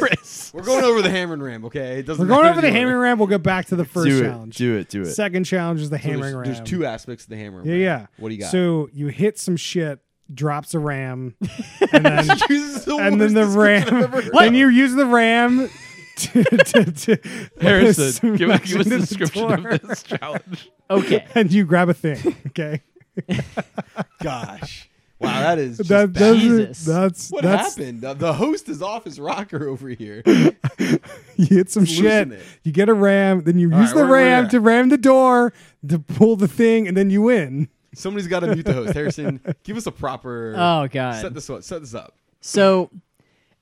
Speaker 5: We're going over the Hammer and Ram. Okay, it doesn't.
Speaker 1: We're going
Speaker 5: matter
Speaker 1: over the
Speaker 5: anymore.
Speaker 1: Hammering Ram. We'll get back to the first
Speaker 2: do it,
Speaker 1: challenge.
Speaker 2: do it, do it.
Speaker 1: Second challenge is the
Speaker 5: So
Speaker 1: Hammering
Speaker 5: there's,
Speaker 1: Ram.
Speaker 5: there's two aspects of the Hammer. and
Speaker 1: Yeah,
Speaker 5: Ram.
Speaker 1: yeah.
Speaker 5: What do you got?
Speaker 1: So you hit some shit, drops a ram, and then
Speaker 5: This is the
Speaker 1: and then
Speaker 5: worst
Speaker 1: the
Speaker 5: description I've
Speaker 1: ram.
Speaker 5: ever heard.
Speaker 1: Then you use the ram to, to, to
Speaker 3: Harrison, give,
Speaker 1: smash
Speaker 3: give us
Speaker 1: into
Speaker 3: the
Speaker 1: the
Speaker 3: description
Speaker 1: door,
Speaker 3: of this challenge.
Speaker 4: Okay.
Speaker 1: And you grab a thing. Okay,
Speaker 5: Gosh. Wow, that is just
Speaker 1: that,
Speaker 5: bad.
Speaker 1: those are-
Speaker 4: Jesus.
Speaker 1: that's
Speaker 5: What
Speaker 1: that's
Speaker 5: happened? The- The host is off his rocker over here.
Speaker 1: you hit some
Speaker 5: Just
Speaker 1: shit.
Speaker 5: loosen it.
Speaker 1: You get a ram, then you
Speaker 5: All
Speaker 1: use
Speaker 5: right,
Speaker 1: the
Speaker 5: where- where
Speaker 1: ram
Speaker 5: at?
Speaker 1: to ram the door to pull the thing, and then you win.
Speaker 5: Somebody's got to mute the host. Harrison, give us a proper.
Speaker 4: Oh god.
Speaker 5: set this up. Set this up.
Speaker 4: So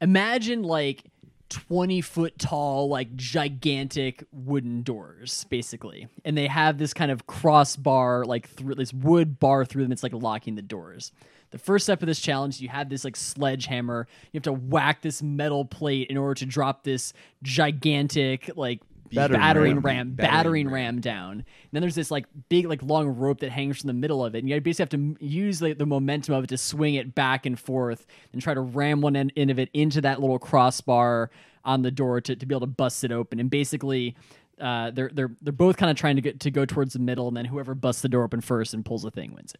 Speaker 4: imagine like 20 foot tall, like gigantic wooden doors, basically. And they have this kind of crossbar, like through this wood bar through them. It's like locking the doors. The first step of this challenge, you have this like sledgehammer. You have to whack this metal plate in order to drop this gigantic, like
Speaker 2: Battering
Speaker 4: battering,
Speaker 2: ram.
Speaker 4: ram,
Speaker 5: Battering
Speaker 4: battering
Speaker 5: ram.
Speaker 4: ram ram down. And then there's this like big like long rope that hangs from the middle of it, and you basically have to m- use like, the momentum of it to swing it back and forth and try to ram one end, end of it into that little crossbar on the door to, to be able to bust it open. And basically, uh, they're they're they're both kind of trying to get to go towards the middle, and then whoever busts the door open first and pulls the thing wins it.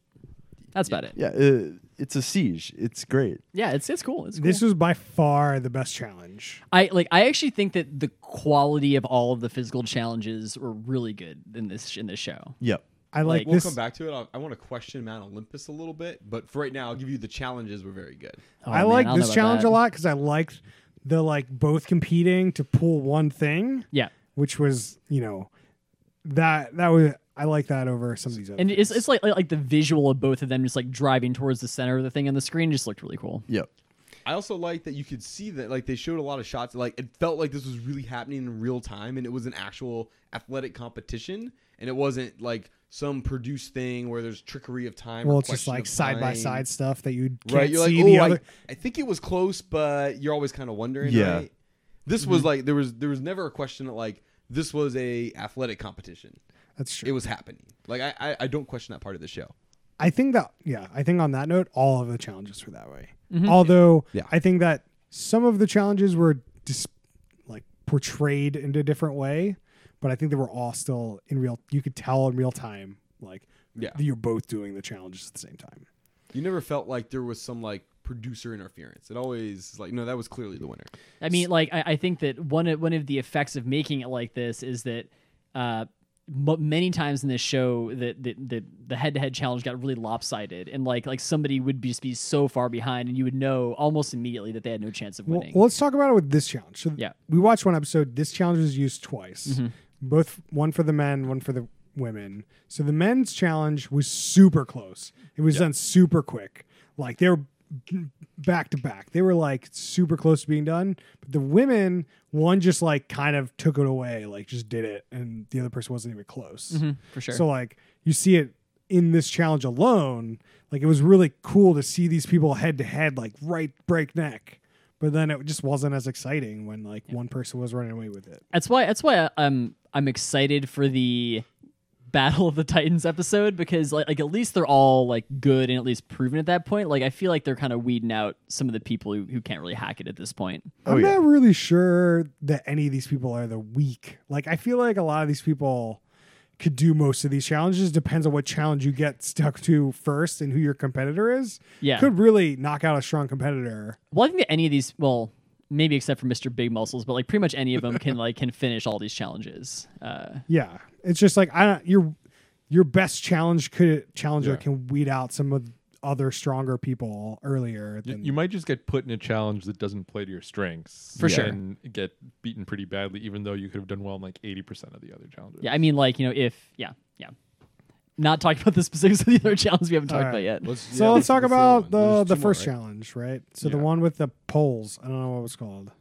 Speaker 4: That's about it.
Speaker 2: yeah, uh, it's a siege. It's great.
Speaker 4: Yeah, it's it's cool. It's cool.
Speaker 1: This was by far the best challenge.
Speaker 4: I like. I actually think that the quality of all of the physical challenges were really good in this in this show.
Speaker 2: Yep.
Speaker 1: I like,
Speaker 5: We'll
Speaker 1: this.
Speaker 5: come back to it. I'll, I want to question Mount Olympus a little bit, but for right now, I'll give you the challenges. Were very good.
Speaker 4: Oh,
Speaker 1: I
Speaker 4: man,
Speaker 1: like
Speaker 4: don't know
Speaker 1: this
Speaker 4: about
Speaker 1: challenge
Speaker 4: that.
Speaker 1: a lot because I liked the like both competing to pull one thing,
Speaker 4: Yeah.
Speaker 1: which was you know that that was I like that over some of these other.
Speaker 4: And it's,
Speaker 1: things.
Speaker 4: it's like, like like the visual of both of them just like driving towards the center of the thing on the screen just looked really cool.
Speaker 2: Yep.
Speaker 5: I also like that you could see that like they showed a lot of shots. Like it felt like this was really happening in real time, and it was an actual athletic competition, and it wasn't like some produced thing where there's trickery of time. or
Speaker 1: well, it's just
Speaker 5: question
Speaker 1: like
Speaker 5: of
Speaker 1: side by
Speaker 5: time.
Speaker 1: side stuff that you can't
Speaker 5: right? You're like,
Speaker 1: see
Speaker 5: oh,
Speaker 1: the
Speaker 5: I,
Speaker 1: other.
Speaker 5: I think it was close, but you're always kind of wondering.
Speaker 2: Yeah.
Speaker 5: right? This
Speaker 1: Mm-hmm.
Speaker 5: was like there was there was never a question that like this was a athletic competition.
Speaker 1: That's true.
Speaker 5: It was happening. Like I I, I don't question that part of the show.
Speaker 1: I think that yeah, I think on that note, all of the challenges were that way. Although
Speaker 5: Yeah.
Speaker 1: I think that some of the challenges were dis- like portrayed in a different way, but I think they were all still in real. You could tell in real time, like
Speaker 5: Yeah.
Speaker 1: you're both doing the challenges at the same time.
Speaker 5: You never felt like there was some like producer interference. It always like no, that was clearly the winner.
Speaker 4: I mean, like I, I think that one of one of the effects of making it like this is that uh, m- many times in this show that the the the head to head challenge got really lopsided, and like like somebody would just be so far behind, and you would know almost immediately that they had no chance of
Speaker 1: Well,
Speaker 4: winning.
Speaker 1: well, let's talk about it with this challenge. So
Speaker 4: Yeah.
Speaker 1: we watched one episode. This challenge was used twice, both one for the men, one for the women. So the men's challenge was super close. It was done super quick. Like they were back to back. They were like super close to being done. But the women, one just like kind of took it away, like just did it, and the other person wasn't even close.
Speaker 4: for sure.
Speaker 1: So like you see it in this challenge alone, like it was really cool to see these people head to head, like right breakneck. But then it just wasn't as exciting when like one person was running away with it.
Speaker 4: That's why. That's why I- I'm I'm excited for the Battle of the Titans episode because like like at least they're all like good and at least proven at that point. Like I feel like they're kind of weeding out some of the people who, who can't really hack it at this point.
Speaker 2: Oh,
Speaker 1: I'm
Speaker 2: yeah.
Speaker 1: not really sure that any of these people are the weak. Like I feel like a lot of these people could do most of these challenges depends on what challenge you get stuck to first and who your competitor is.
Speaker 4: Yeah.
Speaker 1: Could really knock out a strong competitor.
Speaker 4: Well, I think that any of these, well, maybe except for Mr. Big Muscles, but like pretty much any of them can like can finish all these challenges. Uh,
Speaker 1: Yeah. It's just like I don't your your best challenge could challenger
Speaker 3: Yeah.
Speaker 1: can weed out some of other stronger people earlier
Speaker 3: You,
Speaker 1: than
Speaker 3: you might just get put in a challenge that doesn't play to your strengths.
Speaker 4: For sure.
Speaker 3: And get beaten pretty badly, even though you could have done well in like 80% of the other challenges.
Speaker 4: yeah, I mean, like you know, if yeah, yeah, not talking about the specifics of the other challenges we haven't talked
Speaker 1: All right.
Speaker 4: about yet.
Speaker 5: Let's-
Speaker 1: So
Speaker 5: yeah,
Speaker 1: let's talk
Speaker 5: what's
Speaker 1: about
Speaker 5: other one?
Speaker 1: the
Speaker 5: There's
Speaker 1: the
Speaker 5: two more,
Speaker 1: first
Speaker 5: right?
Speaker 1: challenge, right? So the
Speaker 3: Yeah.
Speaker 1: one with the poles. I don't know what it was called.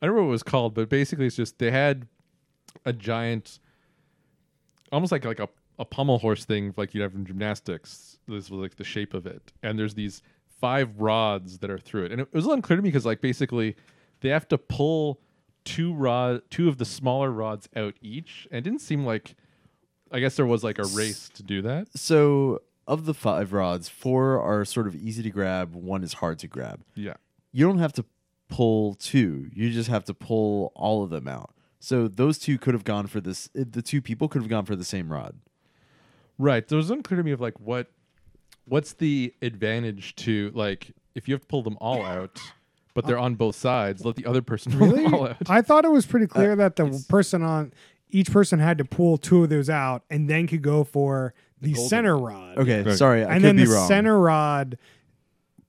Speaker 3: I don't remember what it was called, but basically it's just they had a giant, almost like like a, a pommel horse thing, like you'd have in gymnastics. This was like the shape of it, and there's these five rods that are through it, and it was unclear to me because like basically they have to pull two rod, two of the smaller rods out each, and it didn't seem like. I guess there was like a race to do that.
Speaker 2: So of the five rods, four are sort of easy to grab, one is hard to grab.
Speaker 3: Yeah.
Speaker 2: You don't have to pull two. You just have to pull all of them out. So those two could have gone for this eh, the two people could have gone for the same rod.
Speaker 3: Right. So it was unclear to me of like what what's the advantage to like if you have to pull them all out, but they're on both sides, let the other person pull them all out.
Speaker 1: I thought it was pretty clear that the person on each person had to pull two of those out and then could go for the, center rod.
Speaker 2: Okay, sorry,
Speaker 1: and
Speaker 2: I could
Speaker 1: then
Speaker 2: be
Speaker 1: the
Speaker 2: wrong.
Speaker 1: center rod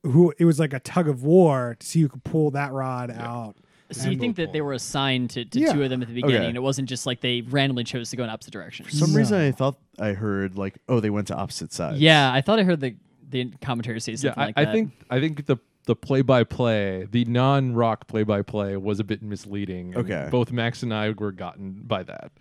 Speaker 1: who it was like a tug of war to see who could pull that rod out.
Speaker 4: So you think that they were assigned to, to
Speaker 1: Yeah.
Speaker 4: two of them at the beginning?
Speaker 2: Okay.
Speaker 4: and It wasn't just like they randomly chose to go in opposite
Speaker 2: for
Speaker 4: directions.
Speaker 2: some reason I thought I heard like, oh, they went to opposite sides.
Speaker 4: Yeah, I thought I heard the the commentary say
Speaker 3: Yeah,
Speaker 4: something
Speaker 3: I,
Speaker 4: like
Speaker 3: I
Speaker 4: that.
Speaker 3: think I think the the play by play, the non rock play by play was a bit misleading. and
Speaker 2: Okay.
Speaker 3: Both Max and I were gotten by that.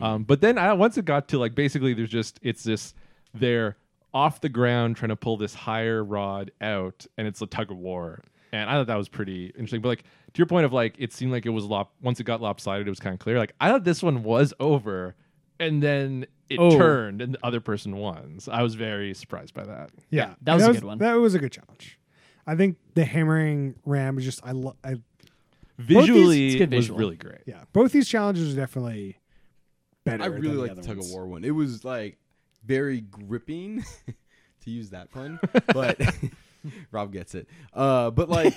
Speaker 3: Um, but then I once it got to like basically there's just it's this they're off the ground trying to pull this higher rod out and it's a tug of war. And I thought that was pretty interesting. But like to your point of like it seemed like it was lop once it got lopsided, it was kind of clear. Like I thought this one was over and then it
Speaker 4: Oh.
Speaker 3: turned and the other person won. So I was very surprised by that.
Speaker 1: Yeah,
Speaker 4: that
Speaker 1: And
Speaker 4: was a good one.
Speaker 1: That was a good challenge. I think the hammering ram was just I, lo- I
Speaker 4: these-
Speaker 3: Visually
Speaker 4: it's
Speaker 3: it
Speaker 4: good
Speaker 3: was
Speaker 4: visual.
Speaker 3: really great.
Speaker 1: yeah, both these challenges are definitely better.
Speaker 5: I really
Speaker 1: than
Speaker 5: like
Speaker 1: the,
Speaker 5: the
Speaker 1: other
Speaker 5: tug
Speaker 1: ones.
Speaker 5: of war one. It was like very gripping, to use that pun. But Rob gets it. Uh, but like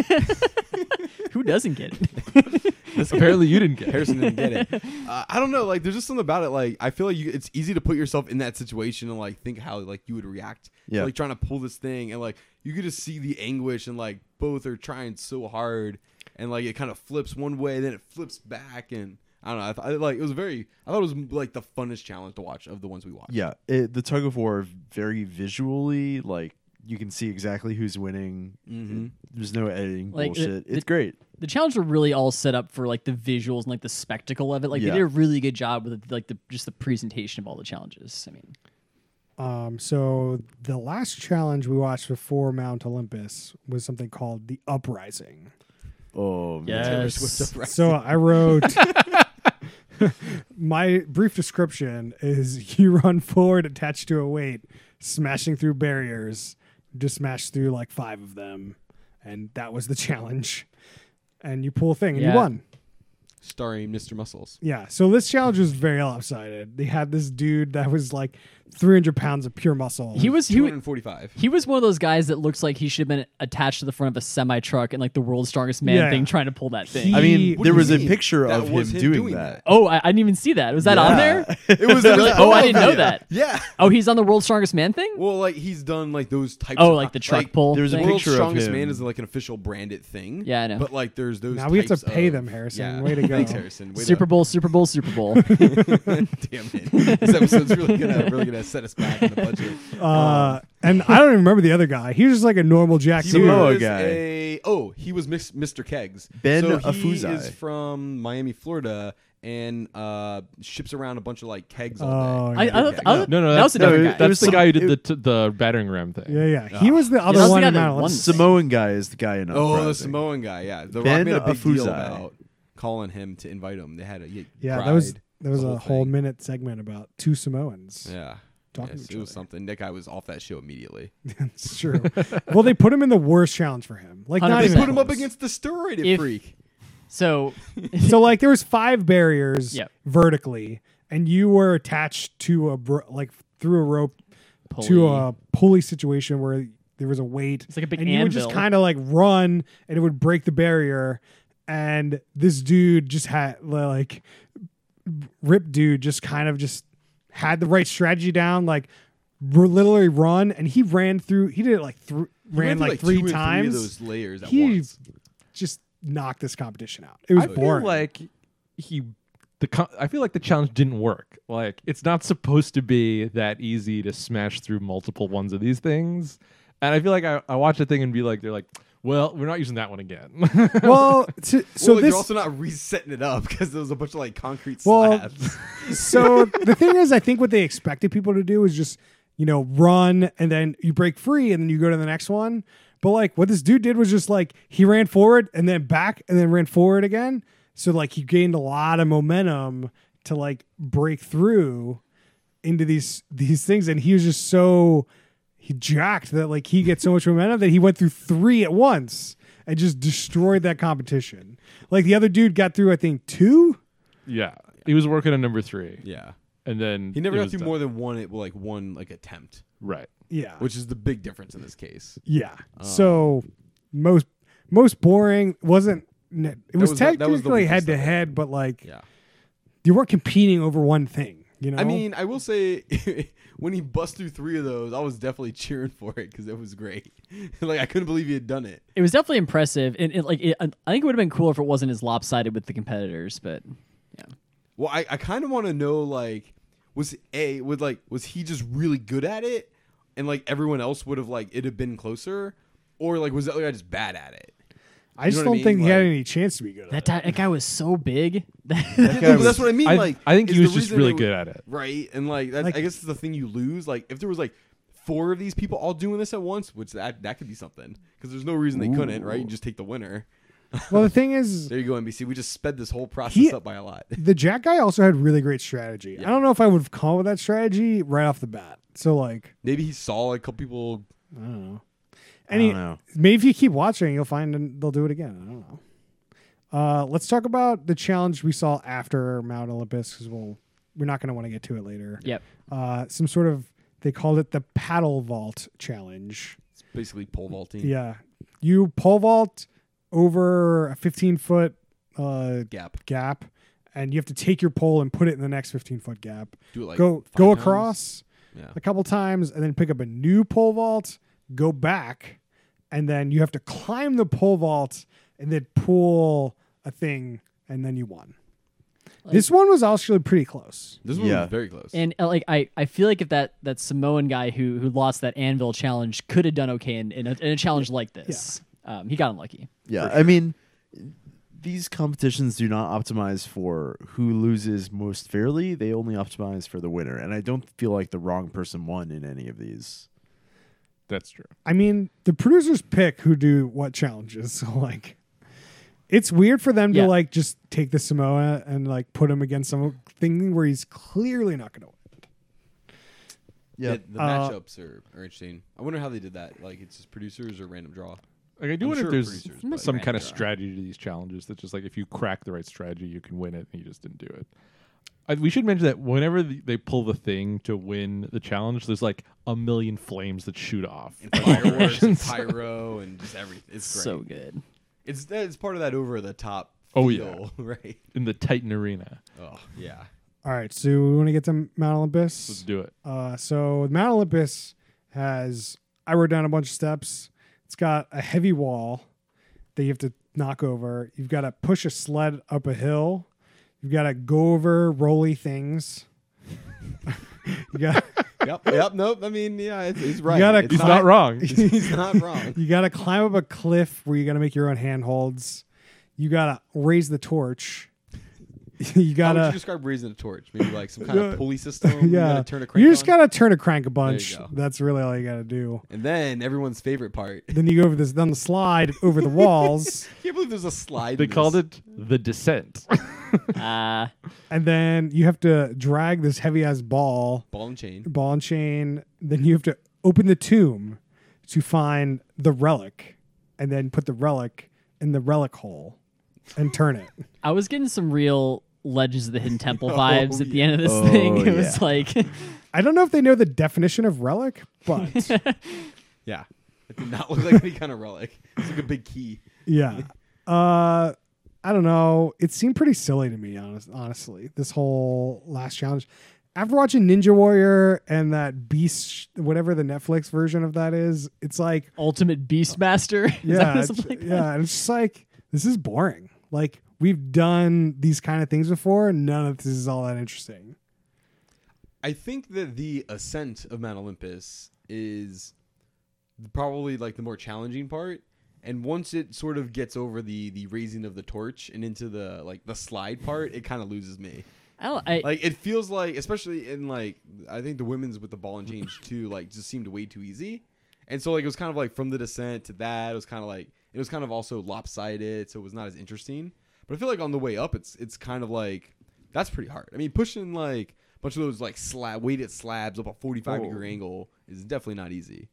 Speaker 4: who doesn't get it?
Speaker 3: Apparently, you didn't get. it.
Speaker 5: Harrison didn't get it. Uh, I don't know. Like there's just something about it. Like I feel like you, it's easy to put yourself in that situation and like think how like you would react.
Speaker 2: Yeah.
Speaker 5: Like trying to pull this thing and like you could just see the anguish and like both are trying so hard and like it kind of flips one way then it flips back and. I don't know. I th- I, like it was very. I thought it was like the funnest challenge to watch of the ones we watched.
Speaker 2: Yeah, it, the tug of war very visually, like you can see exactly who's winning.
Speaker 5: Mhm.
Speaker 2: There's no editing
Speaker 4: Like, the-
Speaker 2: bullshit.
Speaker 4: the-
Speaker 2: it's great.
Speaker 4: the challenges were really all set up for like the visuals and like the spectacle of it. Like
Speaker 2: Yeah.
Speaker 4: they did a really good job with like the just the presentation of all the challenges. I mean,
Speaker 1: Um, so the last challenge we watched before Mount Olympus was something called the Uprising.
Speaker 2: Oh man.
Speaker 4: yes,
Speaker 1: So I wrote my brief description is you run forward attached to a weight, smashing through barriers, just smash through like five of them, and that was the challenge. And you pull a thing and
Speaker 4: Yeah.
Speaker 1: you won.
Speaker 5: starring Mr. Muscles.
Speaker 1: Yeah. So this challenge was very lopsided. They had this dude that was like 300 pounds of pure muscle.
Speaker 4: he was he. wa-
Speaker 5: 245.
Speaker 4: He was one of those guys that looks like he should have been attached to the front of a semi truck and like the world's strongest man
Speaker 1: Yeah.
Speaker 4: thing trying to pull that thing.
Speaker 1: He-
Speaker 2: I mean,
Speaker 1: What
Speaker 2: there
Speaker 5: do you
Speaker 2: was a
Speaker 5: mean?
Speaker 2: picture
Speaker 5: That
Speaker 2: of him,
Speaker 5: was him
Speaker 2: doing,
Speaker 5: doing
Speaker 2: that.
Speaker 4: oh, I, I didn't even see that. Was that on there?
Speaker 5: It was
Speaker 4: Really? Oh, I didn't know that.
Speaker 5: Yeah.
Speaker 4: Oh, he's on the world's strongest man thing.
Speaker 5: Well, like he's done like those types.
Speaker 4: oh,
Speaker 5: of-
Speaker 4: like the truck pull.
Speaker 2: there was a
Speaker 4: thing?
Speaker 5: World's
Speaker 2: picture of
Speaker 5: strongest
Speaker 2: him.
Speaker 5: man is like an official branded thing.
Speaker 4: Yeah, I know.
Speaker 5: But like, there's those.
Speaker 1: Now we have to
Speaker 5: types
Speaker 1: pay
Speaker 5: of-
Speaker 1: them, Harrison. Way to go.
Speaker 5: Thanks, Harrison. Way
Speaker 4: Super
Speaker 5: to-
Speaker 4: Bowl, Super Bowl, Super Bowl.
Speaker 5: Damn it! This episode's really gonna really gonna set us back in the budget.
Speaker 1: Uh, and I don't even remember the other guy. He was just like a normal Jack
Speaker 5: He
Speaker 1: dude.
Speaker 2: Samoa
Speaker 5: was
Speaker 2: guy.
Speaker 5: a- oh, he was mis- Mr. Keggs.
Speaker 2: Ben
Speaker 5: so
Speaker 2: Afuzai.
Speaker 5: He is from Miami, Florida, and uh, ships around a bunch of like kegs all
Speaker 1: Oh, yeah.
Speaker 4: I, I,
Speaker 5: day. Big
Speaker 4: thought-
Speaker 5: kegs.
Speaker 4: I, thought-
Speaker 3: No, no,
Speaker 4: that was
Speaker 3: that's,
Speaker 4: another
Speaker 2: no,
Speaker 4: guy.
Speaker 2: that
Speaker 3: that's
Speaker 2: was
Speaker 3: the
Speaker 2: some-
Speaker 3: guy who did
Speaker 2: it-
Speaker 3: the t- the battering ram thing.
Speaker 1: Yeah, yeah. He was the other
Speaker 4: that's the
Speaker 1: one.
Speaker 4: guy
Speaker 1: in
Speaker 4: that
Speaker 1: Mount
Speaker 4: won.
Speaker 1: Olympus.
Speaker 2: Samoan guy is the guy in
Speaker 5: Oh, the
Speaker 2: Uprising.
Speaker 5: Samoan guy, yeah. The
Speaker 2: Ben
Speaker 5: Rock made a big deal
Speaker 2: Afuzai.
Speaker 5: about calling him to invite him. They had a he
Speaker 1: Yeah,
Speaker 5: cried.
Speaker 1: that was that was
Speaker 5: the
Speaker 1: a
Speaker 5: whole
Speaker 1: whole
Speaker 5: thing.
Speaker 1: minute segment about two Samoans.
Speaker 5: yeah.
Speaker 1: talking
Speaker 5: Yes,
Speaker 1: to each
Speaker 5: it was
Speaker 1: other.
Speaker 5: something. That guy was off that show immediately.
Speaker 1: It's true. well, they put him in the worst challenge for him. Like not
Speaker 4: 100%.
Speaker 1: even
Speaker 5: Put him up
Speaker 1: close.
Speaker 5: against the steroid
Speaker 4: If-
Speaker 5: freak.
Speaker 4: So
Speaker 1: So like there was five barriers
Speaker 4: Yep.
Speaker 1: vertically, and you were attached to a bro- like through a rope to
Speaker 4: Pulley.
Speaker 1: a pulley situation where there was a weight.
Speaker 4: It's like a big
Speaker 1: and you would just
Speaker 4: anvil.
Speaker 1: kind of like run, and it would break the barrier. And this dude just had like Rip dude just kind of just had the right strategy down, like r- literally run, and he ran through. He did it like thr ran
Speaker 5: Went through,
Speaker 1: like, three
Speaker 5: two and
Speaker 1: times.
Speaker 5: Three of those layers at
Speaker 1: he
Speaker 5: once.
Speaker 1: just knocked this competition out. It was
Speaker 3: I
Speaker 1: boring.
Speaker 3: feel like he the co I feel like the challenge didn't work. Like it's not supposed to be that easy to smash through multiple ones of these things. And I feel like I, I watch a thing and be like, they're like, well, we're not using that one again.
Speaker 1: well, to, so
Speaker 5: well,
Speaker 1: this
Speaker 5: like, they're also not resetting it up because there was a bunch of like concrete
Speaker 1: Well,
Speaker 5: slabs.
Speaker 1: so the thing is, I think what they expected people to do is just, you know, run and then you break free and then you go to the next one. But like what this dude did was just like he ran forward and then back and then ran forward again. So like he gained a lot of momentum to like break through into these these things and he was just so he jacked that like he gets so much momentum that he went through three at once and just destroyed that competition. Like the other dude got through I think two.
Speaker 3: yeah. He was working on number three.
Speaker 5: yeah,
Speaker 3: And then
Speaker 5: he never
Speaker 3: it
Speaker 5: got
Speaker 3: was
Speaker 5: through
Speaker 3: done.
Speaker 5: more than one. It like one like attempt,
Speaker 3: Right.
Speaker 1: Yeah.
Speaker 5: which Oh. is the big difference in this case.
Speaker 1: Yeah. so most most boring wasn't. It was,
Speaker 5: was the- that was the
Speaker 1: technically
Speaker 5: weakest
Speaker 1: head to
Speaker 5: of it.
Speaker 1: head, but like
Speaker 5: Yeah.
Speaker 1: you weren't competing over one thing. You know.
Speaker 5: I mean, I will say when he bust through three of those, I was definitely cheering for it because it was great. like I couldn't believe he had done it.
Speaker 4: It was definitely impressive, and it, like it, I think it would have been cool if it wasn't as lopsided with the competitors. But
Speaker 5: Well, I, I kind of want to know like was a would like was he just really good at it, and like everyone else would have like it had been closer, or like was that guy just bad at it?
Speaker 1: I just
Speaker 5: know
Speaker 1: don't
Speaker 5: what I
Speaker 1: think
Speaker 5: mean?
Speaker 1: he had
Speaker 5: Like-
Speaker 1: any chance to be good. At it.
Speaker 4: that di- that guy was so big.
Speaker 5: No, but that's what I mean.
Speaker 3: I,
Speaker 5: like
Speaker 3: I think he
Speaker 5: is
Speaker 3: was
Speaker 5: the
Speaker 3: just
Speaker 5: reason
Speaker 3: really
Speaker 5: it-
Speaker 3: good at it.
Speaker 5: right? And like, that,
Speaker 1: Like-
Speaker 5: I guess it's the thing you lose. Like, if there was like four of these people all doing this at once, which that that could be something because there's no reason they couldn't, right? You just take the winner.
Speaker 1: well, the thing is,
Speaker 5: There you go, NBC. We just sped this whole process
Speaker 1: He-
Speaker 5: up by a lot.
Speaker 1: the Jack guy also had really great strategy. I don't know if I would have come up with that strategy right off the bat. So like,
Speaker 5: Maybe he saw like, a couple people.
Speaker 1: I don't know.
Speaker 2: I don't
Speaker 1: Any
Speaker 2: know.
Speaker 1: maybe if you keep watching, you'll find and they'll do it again. I don't know. Uh, let's talk about the challenge we saw after Mount Olympus because we'll we're not going to want to get to it later.
Speaker 4: yep.
Speaker 1: uh, some sort of they called it the paddle vault challenge.
Speaker 5: It's basically pole vaulting.
Speaker 1: Yeah, you pole vault over a 15 foot uh,
Speaker 5: Gap.
Speaker 1: gap, and you have to take your pole and put it in the next 15 foot gap.
Speaker 5: Do it like
Speaker 1: go
Speaker 5: five
Speaker 1: go
Speaker 5: times.
Speaker 1: across
Speaker 5: Yeah.
Speaker 1: a couple times, and then pick up a new pole vault. Go back, and then you have to climb the pole vault and then pull a thing, and then you won. this one was actually pretty close.
Speaker 5: This one
Speaker 2: Yeah.
Speaker 5: was very close.
Speaker 4: And uh, like I, I feel like if that that Samoan guy who who lost that anvil challenge could have done okay in, in, a, in a challenge like this, um, he got unlucky.
Speaker 2: Yeah, I mean, these competitions do not optimize for who loses most fairly. They only optimize for the winner, and I don't feel like the wrong person won in any of these.
Speaker 3: That's true.
Speaker 1: I mean, the producers pick who do what challenges. So like, it's weird for them
Speaker 4: Yeah.
Speaker 1: to like just take the Samoa and like put him against something where he's clearly not going to win.
Speaker 5: Yeah, the
Speaker 1: Uh,
Speaker 5: matchups are, are interesting. I wonder how they did that. Like, it's just producers or random draw.
Speaker 3: Like I do
Speaker 5: I'm
Speaker 3: wonder
Speaker 5: sure
Speaker 3: if there's
Speaker 5: producers, but-
Speaker 3: some kind of
Speaker 5: Yeah.
Speaker 3: strategy to these challenges that just like if you crack the right strategy, you can win it, and you just didn't do it. I, we should mention that whenever the, they pull the thing to win the challenge, there's like a million flames that shoot off.
Speaker 5: Fireworks, and pyro, and just everything. It's great.
Speaker 4: So good.
Speaker 5: It's it's part of that over the top.
Speaker 3: Oh,
Speaker 5: feel, right.
Speaker 3: in the Titan Arena.
Speaker 5: Oh yeah.
Speaker 1: All right, so we want to get to Mount
Speaker 3: Let's
Speaker 1: Olympus.
Speaker 3: do it.
Speaker 1: Uh, so Mount Olympus has I wrote down a bunch of steps. It's got a heavy wall that you have to knock over. You've got to push a sled up a hill. You've got to go over roly things. you got
Speaker 5: Yep. Yep. Nope. I mean, yeah, it's, he's right.
Speaker 1: gotta-
Speaker 5: It's
Speaker 3: He's
Speaker 1: not-
Speaker 3: not wrong.
Speaker 5: he's not wrong.
Speaker 1: You got to climb up a cliff where you got to make your own handholds. You got to raise the torch. you got
Speaker 5: How would you
Speaker 1: to
Speaker 5: describe raising a torch? Maybe like some kind of pulley system. You
Speaker 1: yeah.
Speaker 5: gotta turn a crank.
Speaker 1: You just
Speaker 5: on?
Speaker 1: got to turn a crank a bunch.
Speaker 5: go.
Speaker 1: That's really all you got to do.
Speaker 5: And then everyone's favorite part. I
Speaker 1: Then you go over this down the slide over the walls,
Speaker 5: can't believe there's a slide.
Speaker 3: They
Speaker 5: in
Speaker 3: called
Speaker 5: this.
Speaker 3: it the descent.
Speaker 4: Uh,
Speaker 1: and then you have to drag this heavy ass ball,
Speaker 5: ball and chain.
Speaker 1: ball and chain. Then you have to open the tomb to find the relic, and then put the relic in the relic hole and turn it.
Speaker 4: I was getting some real Legends of the Hidden Temple vibes at the end of this thing. It
Speaker 2: Oh,
Speaker 4: was like,
Speaker 1: I don't know if they know the definition of relic, but
Speaker 5: Yeah. It did not look like any kind of relic. It's like a big key.
Speaker 1: yeah. Uh I don't know. It seemed pretty silly to me, honest, honestly. This whole last challenge. After watching Ninja Warrior and that Beast, whatever the Netflix version of that is, it's like,
Speaker 4: Ultimate Beastmaster. Is that
Speaker 1: yeah, it's,
Speaker 4: what it's like?
Speaker 1: yeah. And it's just like this is boring. Like we've done these kind of things before. and None of this is all that interesting.
Speaker 5: I think that the ascent of Mount Olympus is probably like the more challenging part. And once it sort of gets over the the raising of the torch and into the like the slide part, it kind of loses me.
Speaker 4: I don't, I,
Speaker 5: Like it feels like, especially in like I think the women's with the ball and change too, like just seemed way too easy. And so like it was kind of like from the descent to that, it was kind of like it was kind of also lopsided, so it was not as interesting. But I feel like on the way up, it's it's kind of like that's pretty hard. I mean, pushing like a bunch of those like slab weighted slabs up a forty five degree angle is definitely not easy.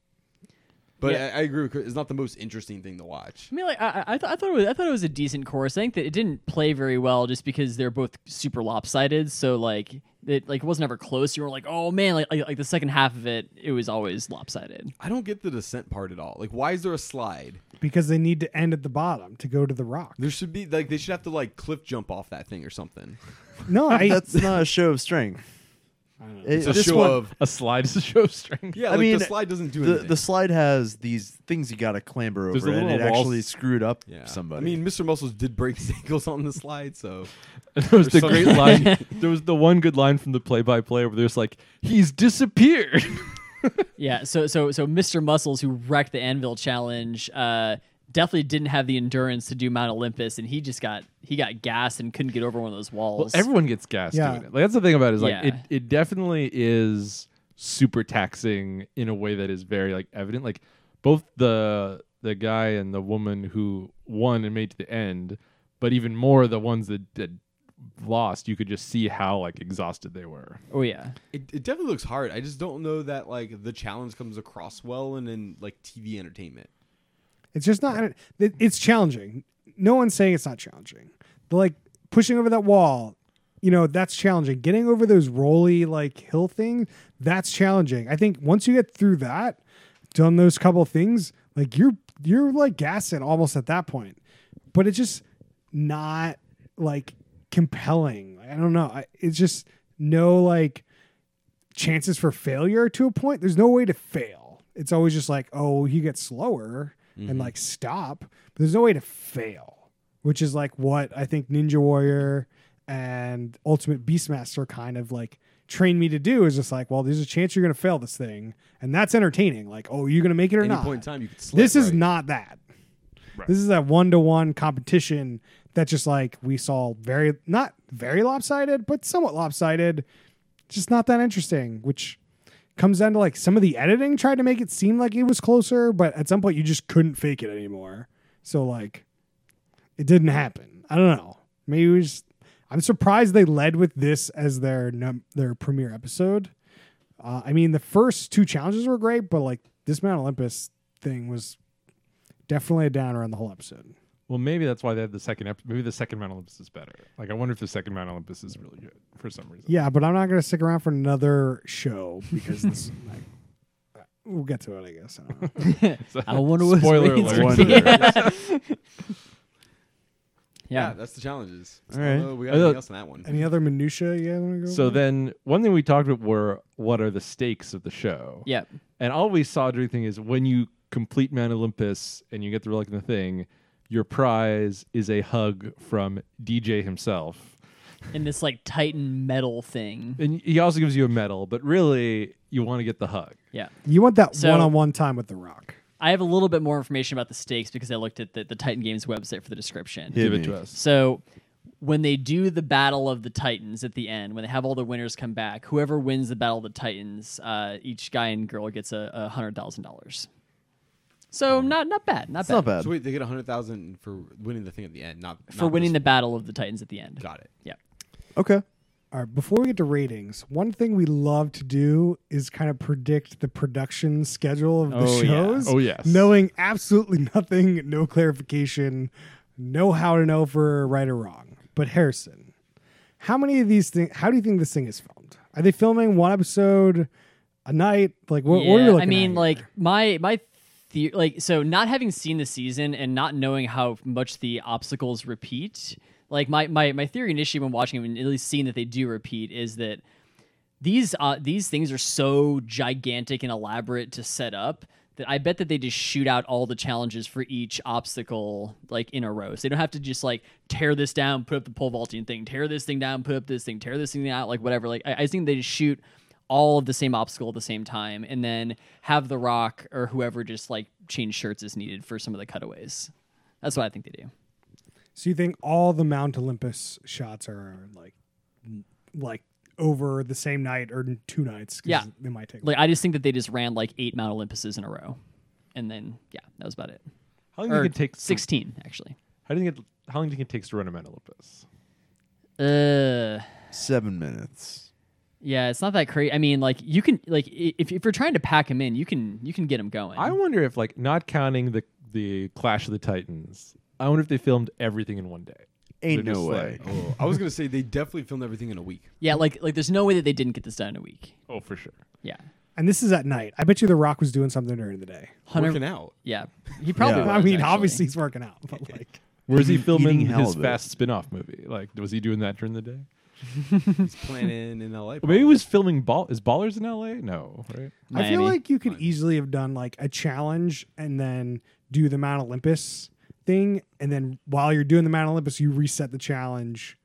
Speaker 5: But
Speaker 4: Yeah.
Speaker 5: I, I agree, with Chris, it's not the most interesting thing to watch.
Speaker 4: I mean, like I, I, I thought I thought it was, I thought it was a decent course. I think that it didn't play very well just because they're both super lopsided. So like it like it wasn't ever close. You were like, oh man, like, like like the second half of it, it was always lopsided.
Speaker 5: I don't get the descent part at all. Like, why is there a slide?
Speaker 1: Because they need to end at the bottom to go to the rock.
Speaker 5: There should be like they should have to like cliff jump off that thing or something.
Speaker 1: No, I,
Speaker 2: That's not a show of strength.
Speaker 5: It's a show of
Speaker 3: A slide is a show of strength.
Speaker 5: Yeah,
Speaker 2: I
Speaker 5: like
Speaker 2: mean,
Speaker 5: the slide doesn't do
Speaker 2: the,
Speaker 5: anything.
Speaker 2: the slide has these things you got to clamber
Speaker 3: There's
Speaker 2: over,
Speaker 3: the
Speaker 2: and it
Speaker 3: little walls.
Speaker 2: actually screwed up
Speaker 5: yeah.
Speaker 2: somebody.
Speaker 5: I mean, Mr. Muscles did break his ankles on the slide, so
Speaker 3: There was the
Speaker 5: some-
Speaker 3: great line. There was the one good line from the play-by-play where there's like, "He's disappeared."
Speaker 4: Yeah. So so so Mr. Muscles, who wrecked the Anvil Challenge, uh, definitely didn't have the endurance to do Mount Olympus, and he just got he got gassed and couldn't get over one of those
Speaker 3: Well,
Speaker 4: walls.
Speaker 3: everyone gets gassed
Speaker 1: Yeah.
Speaker 3: doing it. Like that's the thing about it is like
Speaker 4: Yeah.
Speaker 3: it, it definitely is super taxing in a way that is very like evident. Like both the the guy and the woman who won and made it to the end, but even more the ones that, that lost, you could just see how like exhausted they were.
Speaker 4: oh yeah.
Speaker 5: it, it definitely looks hard. I just don't know that like the challenge comes across well and in like TV entertainment.
Speaker 1: It's just not. it- It's challenging. No one's saying it's not challenging. But like pushing over that wall, you know, that's challenging. Getting over those rolly like hill things, that's challenging. I think once you get through that, done those couple things, like you're you're like gassing almost at that point. But it's just not like compelling. I don't know. I, it's just no like chances for failure to a point. There's no way to fail. It's always just like, oh, you get slower
Speaker 5: Mm-hmm.
Speaker 1: and like stop. But there's no way to fail, which is like what I think Ninja Warrior and Ultimate Beastmaster kind of like train me to do is just like, well, there's a chance you're gonna fail this thing, and that's entertaining. Like, oh, you're gonna make it or
Speaker 5: At any
Speaker 1: not.
Speaker 5: point in time, you could slip.
Speaker 1: this is
Speaker 5: right?
Speaker 1: not that. This is that one to one competition that just like we saw very not very lopsided, but somewhat lopsided. Just not that interesting, which comes down to like some of the editing tried to make it seem like it was closer, but at some point you just couldn't fake it anymore. So like it didn't happen. I don't know. Maybe we just I'm surprised they led with this as their num- their premiere episode. Uh, I mean, the first two challenges were great, but like this Mount Olympus thing was definitely a downer on the whole episode.
Speaker 3: Well, maybe that's why they had the second. Ep- maybe the second Mount Olympus is better. Like I wonder if the second Mount Olympus is really good for some reason.
Speaker 1: Yeah, but I'm not going to stick around for another show because this. Like, we'll get to it, I guess. I don't know.
Speaker 3: So-
Speaker 4: I wonder what's
Speaker 3: spoiler
Speaker 4: waiting
Speaker 3: alert.
Speaker 4: for
Speaker 2: Wonder.
Speaker 4: me. Yeah.
Speaker 5: Yeah,
Speaker 4: yeah.
Speaker 5: that's the challenges.
Speaker 2: All right.
Speaker 5: Uh, we got
Speaker 3: I
Speaker 5: anything
Speaker 3: thought-
Speaker 5: else on that one?
Speaker 1: Any other minutia you guys want to go?
Speaker 3: So
Speaker 1: over?
Speaker 3: then, one thing we talked about were what are the stakes of the show.
Speaker 4: Yep.
Speaker 3: And all we saw during the thing is when you complete Mount Olympus and you get the relic and the thing, your prize is a hug from DJ himself.
Speaker 4: in this like Titan metal thing.
Speaker 3: And he also gives you a medal, but really you want to get the hug.
Speaker 4: Yeah.
Speaker 1: you want that
Speaker 4: So-
Speaker 1: one-on-one time with The Rock.
Speaker 4: I have a little bit more information about the stakes because I looked at the, the Titan Games website for the description.
Speaker 2: Hit
Speaker 3: Give it
Speaker 2: me.
Speaker 3: to us.
Speaker 4: So when they do the battle of the Titans at the end, when they have all the winners come back, whoever wins the battle of the Titans, uh, each guy and girl gets a, a hundred thousand dollars. So
Speaker 5: Hmm.
Speaker 4: not not bad, not
Speaker 2: it's
Speaker 4: bad
Speaker 2: not bad.
Speaker 5: So wait, they get a hundred thousand for winning the thing at the end, not
Speaker 4: for winning the battle of the Titans at the end.
Speaker 5: Got it.
Speaker 4: Yeah.
Speaker 2: Okay.
Speaker 1: All right, before we get to ratings, one thing we love to do is kind of predict the production schedule of the
Speaker 4: Oh, yeah.
Speaker 1: shows.
Speaker 3: Oh, yes.
Speaker 1: Knowing absolutely nothing, no clarification, no how to know for right or wrong. But Harrison, How many of these things? How do you think this thing is filmed? Are they filming one episode a night? Like what? what are you
Speaker 4: Yeah,
Speaker 1: looking
Speaker 4: I
Speaker 1: at
Speaker 4: mean,
Speaker 1: here?
Speaker 4: like my my the- like so not having seen the season and not knowing how much the obstacles repeat. Like my my my theory initially when watching them and at least seeing that they do repeat is that these uh, these things are so gigantic and elaborate to set up that I bet that they just shoot out all the challenges for each obstacle like in a row. So they don't have to just like tear this down, put up the pole vaulting thing, tear this thing down, put up this thing, tear this thing out, like whatever. Like I, I think they just shoot all of the same obstacle at the same time and then have the rock or whoever just like change shirts as needed for some of the cutaways. That's what I think they do.
Speaker 1: So you think all the Mount Olympus shots are like n- like over the same night or n- two nights? 'cause
Speaker 4: Yeah.
Speaker 1: they might take.
Speaker 4: Like I just think that they just ran like eight Mount Olympuses in a row. And then yeah, that was about it.
Speaker 3: How long do you
Speaker 4: Or
Speaker 3: think it takes? to-
Speaker 4: sixteen actually.
Speaker 3: How do you think it, how long do you think it takes to run a Mount Olympus?
Speaker 4: Uh,
Speaker 2: Seven minutes.
Speaker 4: yeah, it's not that crazy. I mean, like you can like i- if if you're trying to pack them in, you can you can get them going.
Speaker 3: I wonder if, like, not counting the the Clash of the Titans, I wonder if they filmed everything in one day.
Speaker 2: Ain't
Speaker 3: They're
Speaker 2: no
Speaker 3: just
Speaker 2: way.
Speaker 3: like-
Speaker 5: Oh, I was gonna say they definitely filmed everything in a week.
Speaker 4: yeah, like like there's no way that they didn't get this done in a week.
Speaker 3: oh, for sure.
Speaker 4: Yeah,
Speaker 1: And this is at night. I bet you The Rock was doing something during the day.
Speaker 5: Working out.
Speaker 4: Yeah, he probably.
Speaker 2: Yeah.
Speaker 1: I
Speaker 4: was,
Speaker 1: mean,
Speaker 4: Oh, actually.
Speaker 1: obviously he's working out, but like
Speaker 3: Where's he
Speaker 2: Eating-
Speaker 3: filming
Speaker 2: eating
Speaker 3: his
Speaker 2: halibut.
Speaker 3: fast spin-off movie? Like, was he doing that during the day?
Speaker 5: He's planning in LA.
Speaker 3: Or maybe he was filming Ball. Is Ballers in L.A.? No, right?
Speaker 1: I feel
Speaker 4: Miami.
Speaker 1: like you could easily have done like a challenge and then do the Mount Olympus thing, and then while you're doing the Mount Olympus, you reset the challenge,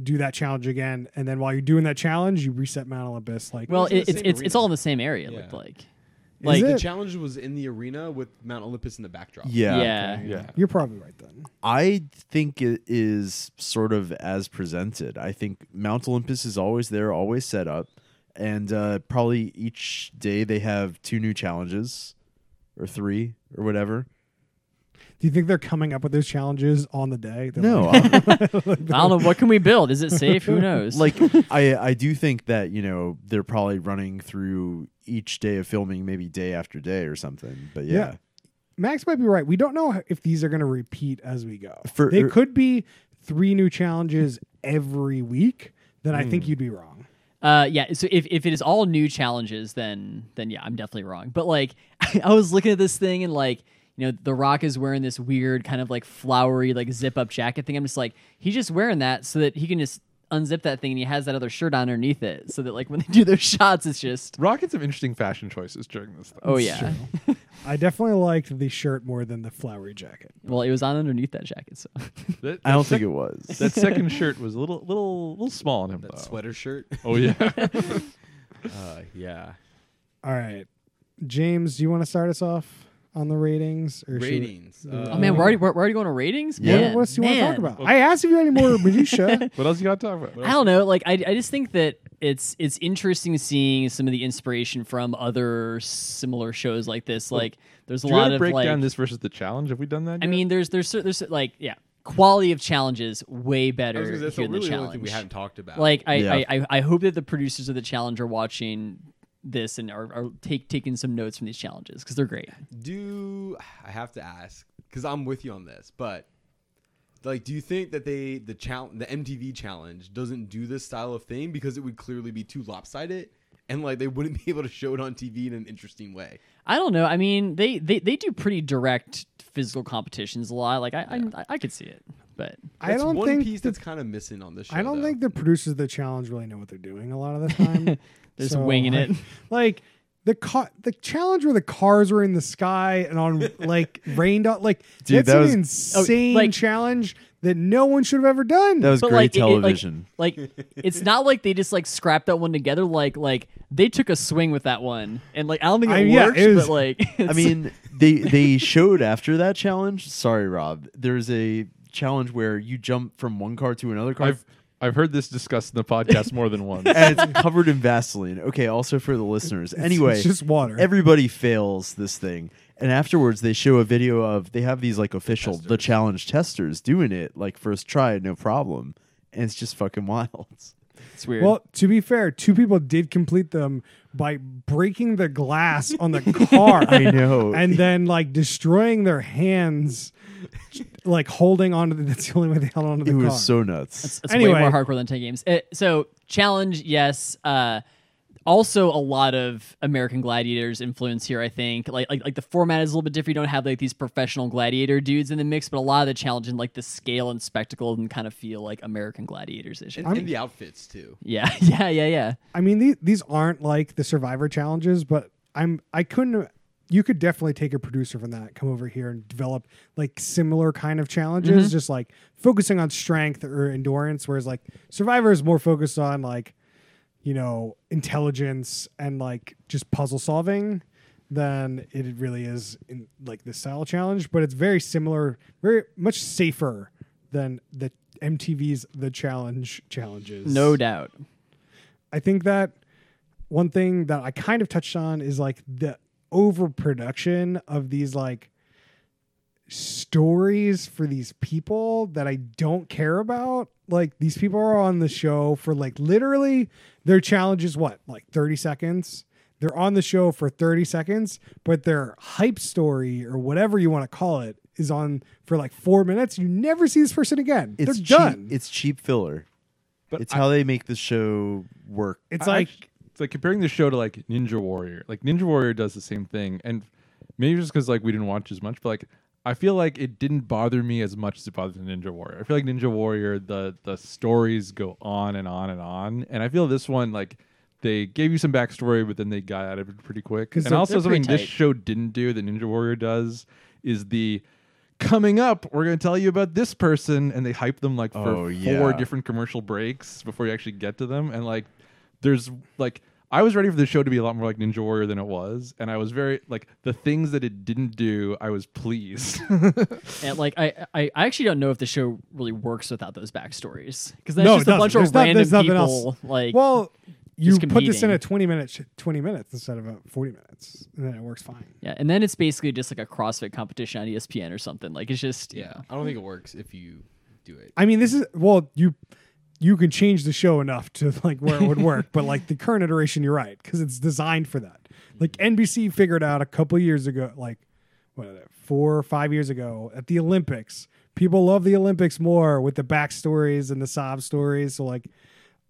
Speaker 1: do that challenge again, and then while you're doing that challenge, you reset Mount Olympus. Like,
Speaker 4: Well,
Speaker 5: was in the
Speaker 4: it, it's
Speaker 5: same
Speaker 4: it's it's
Speaker 5: arena.
Speaker 4: all in the same area. It
Speaker 5: Yeah.
Speaker 4: looked like.
Speaker 1: Is
Speaker 4: Like
Speaker 5: The
Speaker 1: it?
Speaker 5: challenge was in the arena with Mount Olympus in the backdrop.
Speaker 2: Yeah.
Speaker 4: yeah.
Speaker 3: Yeah.
Speaker 1: you're probably right then.
Speaker 2: I think it is sort of as presented. I think Mount Olympus is always there, always set up, and uh, probably each day they have two new challenges, or three, or whatever.
Speaker 1: Do you think they're coming up with those challenges on the day? They're
Speaker 2: No,
Speaker 1: like,
Speaker 2: I'm-
Speaker 4: I don't know what can we build. Is it safe? Who knows?
Speaker 2: like I, I do think that you know they're probably running through each day of filming, maybe day after day or something. But yeah,
Speaker 1: Yeah. Max might be right. We don't know if these are going to repeat as we go.
Speaker 2: For- er
Speaker 1: they could be three new challenges every week. Then I
Speaker 2: Hmm.
Speaker 1: think you'd be wrong.
Speaker 4: Uh, yeah. So if, if it is all new challenges, then then yeah, I'm definitely wrong. But like, I was looking at this thing and like, you know, The Rock is wearing this weird kind of like flowery like zip up jacket thing. I'm just like, he's just wearing that so that he can just unzip that thing and he has that other shirt on underneath it, so that like when they do their shots, it's just
Speaker 3: Rock had some interesting fashion choices during this. Thing.
Speaker 4: oh yeah.
Speaker 1: I definitely liked the shirt more than the flowery jacket.
Speaker 4: Well, it was on underneath that jacket, so
Speaker 1: Oh.
Speaker 3: That-
Speaker 2: I don't
Speaker 3: that
Speaker 2: think
Speaker 3: sec-
Speaker 2: it was.
Speaker 3: That second shirt was a little, little, little small on him
Speaker 5: That
Speaker 3: though.
Speaker 5: sweater shirt.
Speaker 3: Oh yeah.
Speaker 5: Uh, yeah.
Speaker 1: All right, James, do you want to start us off on the ratings? Or should we-
Speaker 5: Ratings. Uh,
Speaker 4: oh man, we're already we're, we're already going to ratings.
Speaker 1: What,
Speaker 2: Yeah.
Speaker 4: Man,
Speaker 1: what else do you want
Speaker 4: man.
Speaker 1: to talk about? I asked if you had any more minutia.
Speaker 3: what else you got to talk about?
Speaker 4: I don't know. Like I, I just think that it's it's interesting seeing some of the inspiration from other similar shows like this. Like there's a
Speaker 3: Do you
Speaker 4: lot
Speaker 3: want to
Speaker 4: of
Speaker 3: break
Speaker 4: like
Speaker 3: down this versus the challenge? Have we done that?
Speaker 4: I
Speaker 3: yet?
Speaker 4: mean there's there's cer- there's like yeah quality of challenges way better
Speaker 5: I was gonna say, that's
Speaker 4: here in
Speaker 5: really
Speaker 4: the
Speaker 5: the
Speaker 4: challenge.
Speaker 5: only thing we haven't talked about.
Speaker 4: like I,
Speaker 2: Yeah.
Speaker 4: I, I I hope that the producers of the challenge are watching this and are, are take taking some notes from these challenges because they're great.
Speaker 5: do I have to ask? Because I'm with you on this, but like, do you think that they the challenge, the MTV challenge, doesn't do this style of thing because it would clearly be too lopsided, and like they wouldn't be able to show it on TV in an interesting way?
Speaker 4: I don't know. I mean they they, they do pretty direct physical competitions a lot. Like I I, I could see it, but
Speaker 1: I
Speaker 5: That's
Speaker 1: don't
Speaker 5: one
Speaker 1: think
Speaker 5: piece that's kind of missing on this. Show,
Speaker 1: I don't
Speaker 5: though.
Speaker 1: think the producers of the challenge really know what they're doing a lot of the time.
Speaker 4: They're just winging
Speaker 1: like-
Speaker 4: it.
Speaker 1: Like the car, the challenge where the cars were in the sky and on like rained on. Like
Speaker 2: Dude,
Speaker 1: that's
Speaker 2: that
Speaker 1: an
Speaker 2: was-
Speaker 1: insane
Speaker 4: Oh, like-
Speaker 1: challenge that no one should have ever done.
Speaker 2: That was great
Speaker 4: like, it- it- like-
Speaker 2: television.
Speaker 4: like, it's not like they just like scrapped that one together. Like like they took a swing with that one, and like I don't think it
Speaker 1: I mean, yeah,
Speaker 4: works.
Speaker 1: it was-
Speaker 4: but like
Speaker 2: I
Speaker 4: it's-
Speaker 2: mean, they they showed after that challenge. Sorry, Rob. There's a challenge where you jump from one car to another car.
Speaker 3: I've I've heard this discussed in the podcast more than once.
Speaker 2: and it's covered in Vaseline. Okay, also for the listeners.
Speaker 1: It's-
Speaker 2: anyway,
Speaker 1: it's just water.
Speaker 2: Everybody fails this thing. And afterwards, they show a video of they have these like official the challenge testers doing it like first try, no problem, and it's just fucking wild.
Speaker 4: It's weird.
Speaker 1: Well, to be fair, two people did complete them by breaking the glass on the car.
Speaker 2: I know.
Speaker 1: And then like destroying their hands, like holding onto the, that's the only way they held onto the
Speaker 2: It
Speaker 1: car.
Speaker 2: was so nuts.
Speaker 4: It's way
Speaker 1: Anyway.
Speaker 4: more hardcore than 10 games. Uh, so, challenge, yes. Uh, also, a lot of American Gladiators influence here, I think. Like, like, like the format is a little bit different. You don't have like these professional gladiator dudes in the mix, but a lot of the challenge and like the scale and spectacle and kind of feel like American Gladiators ish.
Speaker 5: and, and the outfits too.
Speaker 4: Yeah, yeah, yeah, yeah.
Speaker 1: I mean, these, these aren't like the survivor challenges, but I'm I couldn't. You could definitely take a producer from that, come over here and develop like similar kind of challenges, just like focusing on strength or endurance. Whereas like Survivor is more focused on like, you know, intelligence and like just puzzle solving than it really is in like this style challenge. But it's very similar, very much safer than the MTV's The Challenge challenges.
Speaker 4: No doubt.
Speaker 1: I think that one thing that I kind of touched on is like the overproduction of these like stories for these people that I don't care about. Like these people are on the show for like literally their challenge is what? Like 30 seconds. They're on the show for 30 seconds, but their hype story or whatever you want to call it is on for like 4 minutes. You never see this person again.
Speaker 2: It's
Speaker 1: They're
Speaker 2: cheap,
Speaker 1: done.
Speaker 2: It's cheap filler.
Speaker 3: But
Speaker 2: it's
Speaker 3: I-
Speaker 2: how they make the show work.
Speaker 1: it's
Speaker 3: I
Speaker 1: like
Speaker 3: actu- it's like comparing the show to like Ninja Warrior. Like Ninja Warrior does the same thing, and maybe just because like we didn't watch as much, but like I feel like it didn't bother me as much as it bothered Ninja Warrior. I feel like Ninja Warrior the the stories go on and on and on, and I feel this one like they gave you some backstory, but then they got out of it pretty quick.
Speaker 1: 'Cause
Speaker 3: And
Speaker 1: they're-
Speaker 3: also
Speaker 4: they're pretty
Speaker 3: something this
Speaker 4: tight.
Speaker 3: show didn't do that Ninja Warrior does is the coming up we're going to tell you about this person and they hype them like for
Speaker 2: Oh,
Speaker 3: four
Speaker 2: yeah.
Speaker 3: different different commercial breaks before you actually get to them and like there's like I was ready for the show to be a lot more like Ninja Warrior than it was and I was very like the things that it didn't do I was pleased.
Speaker 4: And like, I, I, I actually don't know if the show really works without those backstories because that's
Speaker 1: No,
Speaker 4: just
Speaker 1: it
Speaker 4: a bunch
Speaker 1: doesn't. There's
Speaker 4: of
Speaker 1: not-
Speaker 4: random
Speaker 1: there's nothing
Speaker 4: people.
Speaker 1: else.
Speaker 4: Like,
Speaker 1: well you
Speaker 4: just
Speaker 1: put this in
Speaker 4: competing.
Speaker 1: a 20 minute sh- 20 minutes instead of a 40 minutes and then it works fine
Speaker 4: yeah, and then it's basically just like a CrossFit competition on E ESPN or something. Like, it's just yeah.
Speaker 5: I don't think it works if you do it.
Speaker 1: i mean this is well you you can change the show enough to like where it would work but like the current iteration you're right because it's designed for that like
Speaker 5: Mm-hmm.
Speaker 1: nbc figured out a couple years ago like what four or five years ago at the olympics people love the olympics more with the backstories and the sob stories so like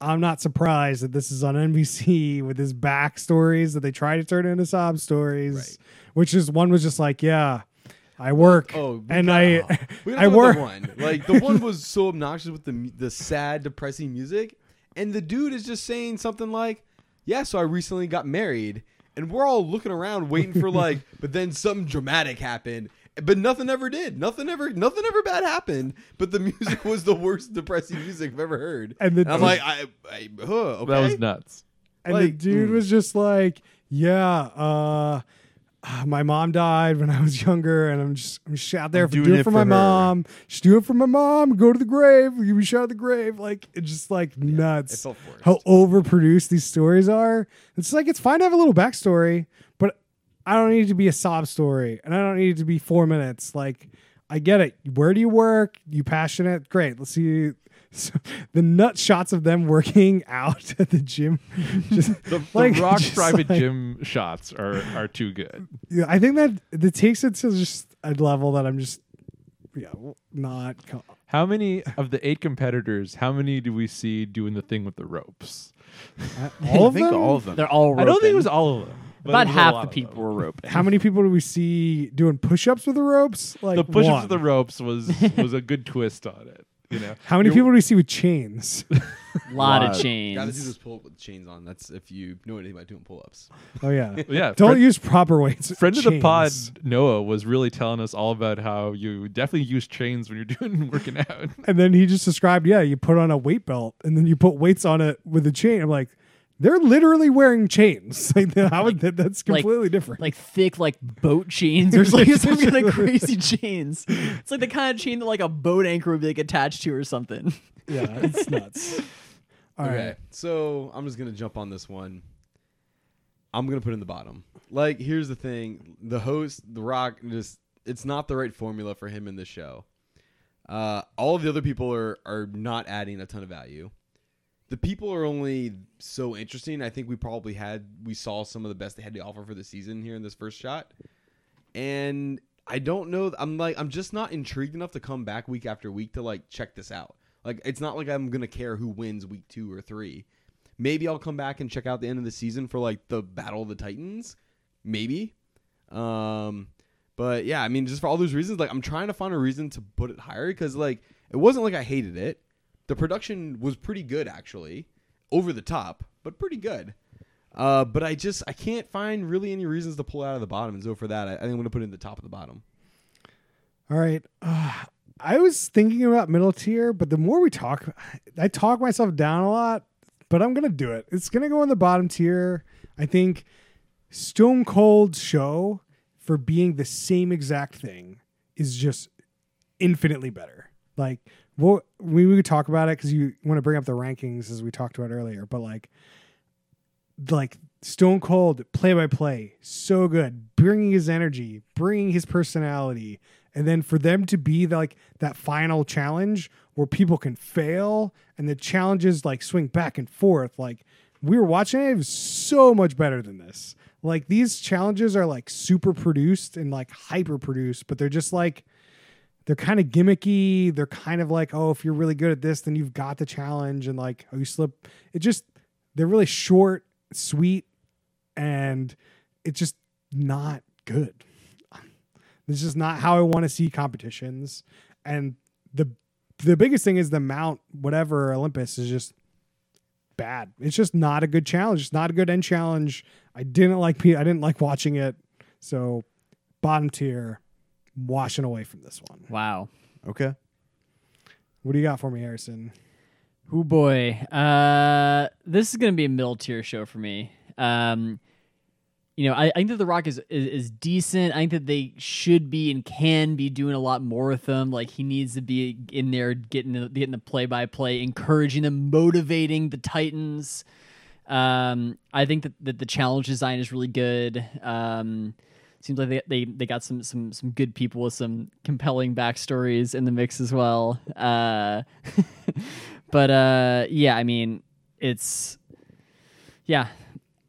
Speaker 1: I'm not surprised that this is on NBC with his backstories that they try to turn into sob stories,
Speaker 5: Right.
Speaker 1: which is one was just like, yeah, I work
Speaker 5: Oh, we
Speaker 1: and
Speaker 5: gotta-
Speaker 1: I,
Speaker 5: We gotta
Speaker 1: I
Speaker 5: talk about
Speaker 1: work.
Speaker 5: the one. Like the one was so obnoxious with the mu- the sad, depressing music, and the dude is just saying something like, "Yeah, so I recently got married," and we're all looking around waiting for like, but then something dramatic happened. But nothing ever did. Nothing ever. Nothing ever bad happened. But the music was the worst depressing music I've ever heard.
Speaker 1: And the
Speaker 5: I'm
Speaker 1: dude-
Speaker 5: like, I, I huh, okay.
Speaker 3: That was nuts.
Speaker 1: And the
Speaker 5: Like,
Speaker 1: dude was just like, "Yeah, uh, uh, my mom died when I was younger, and I'm just I'm just out there for,
Speaker 2: doing
Speaker 1: doing,
Speaker 2: it
Speaker 1: it for
Speaker 2: for
Speaker 1: my
Speaker 2: her."
Speaker 1: mom. Just do it for my mom. Go to the grave. You be shot at the grave. Like it's just like nuts.
Speaker 5: it felt forced.
Speaker 1: How overproduced these stories are. It's like it's fine to have a little backstory, but I don't need it to be a sob story, and I don't need it to be four minutes. Like I get it. Where do you work? You passionate? Great. Let's see. So, the nut shots of them working out at the gym, just
Speaker 3: The,
Speaker 1: like
Speaker 3: the rock
Speaker 1: just
Speaker 3: private
Speaker 1: like-
Speaker 3: gym shots are are too good.
Speaker 1: Yeah, I think that that takes it to just a level that I'm just yeah w- not. co-
Speaker 3: How many of the 8 competitors how many do we see doing the thing with the ropes?
Speaker 1: All
Speaker 2: I
Speaker 1: of
Speaker 2: think
Speaker 1: them?
Speaker 2: all of them.
Speaker 4: They're all
Speaker 3: I
Speaker 4: roping.
Speaker 3: don't think it was all of them. but
Speaker 4: about
Speaker 3: it was a lot
Speaker 4: half the
Speaker 3: of
Speaker 4: people
Speaker 3: them.
Speaker 4: were roping.
Speaker 1: How many people do we see doing push-ups with the ropes? Like
Speaker 3: The push ups
Speaker 1: one.
Speaker 3: of the ropes was was a good twist on it, you know.
Speaker 1: How many
Speaker 3: You're-
Speaker 1: people do we see with chains?
Speaker 2: Wow.
Speaker 4: lot of
Speaker 5: Gotta do
Speaker 4: chains.
Speaker 5: this pull up with chains on. That's if you know anything about doing pull ups.
Speaker 1: Oh yeah,
Speaker 3: Yeah,
Speaker 1: Don't
Speaker 3: Fred-
Speaker 1: use proper weights.
Speaker 3: Friend of the pod,
Speaker 1: chains.
Speaker 3: Noah, was really telling us all about how you definitely use chains when you're doing working out.
Speaker 1: And then he just described, yeah, you put on a weight belt and then you put weights on it with a chain. I'm like, they're literally wearing chains. Like, I would, that, that's
Speaker 4: like-
Speaker 1: completely different.
Speaker 4: Like thick, like boat chains or something. some kind of crazy chains. It's like the kind of chain that like a boat anchor would be like attached to or something.
Speaker 1: yeah, it's nuts. All right.
Speaker 5: okay. So I'm just gonna jump on this one. I'm gonna put in the bottom. Like, here's the thing: the host, The Rock, just it's not the right formula for him in this show. Uh, all of the other people are are not adding a ton of value. the people are only so interesting. I think we probably had we saw some of the best they had to offer for the season here in this first shot, and I don't know. I'm like I'm just not intrigued enough to come back week after week to like check this out. Like it's not like I'm gonna care who wins week two or three. Maybe I'll come back and check out the end of the season for like the Battle of the Titans. Maybe. Um, but yeah, I mean, just for all those reasons, like I'm trying to find a reason to put it higher because like it wasn't like I hated it. The production was pretty good actually, over the top, but pretty good. Uh, but I just I can't find really any reasons to pull it out of the bottom, and so for that, I, I think I'm gonna put it in the top of the bottom.
Speaker 1: All right. Uh, I was thinking about middle tier, but the more we talk, I talk myself down a lot, but I'm going to do it. It's going to go in the bottom tier. I think Stone Cold Show for being the same exact thing is just infinitely better. Like, what we, we could talk about it because you want to bring up the rankings as we talked about earlier, but like, like Stone Cold play by play, so good, bringing his energy, bringing his personality, and then for them to be the, like that final challenge where people can fail and the challenges like swing back and forth. Like we were watching it, it was so much better than this. Like these challenges are like super produced and like hyper produced, but they're just like they're kind of gimmicky. They're kind of like, oh, if you're really good at this, then you've got the challenge, and like, oh, you slip. It just they're really short, sweet, and it's just not good. This is not how I want to see competitions. And the the biggest thing is the Mount whatever Olympus is just bad. It's just not a good challenge. It's not a good end challenge. I didn't like P- I didn't like watching it. So bottom tier, washing away from this one.
Speaker 4: Wow.
Speaker 2: Okay.
Speaker 1: What do you got for me, Harrison?
Speaker 4: Oh boy. Uh, this is going to be a middle tier show for me. Um, you know, I, I think that The Rock is, is is decent. I think that they should be and can be doing a lot more with them. Like he needs to be in there getting the, getting the play by play, encouraging them, motivating the Titans. Um, I think that, that the challenge design is really good. Um, seems like they, they they got some some some good people with some compelling backstories in the mix as well. Uh, but uh, yeah, I mean, it's yeah.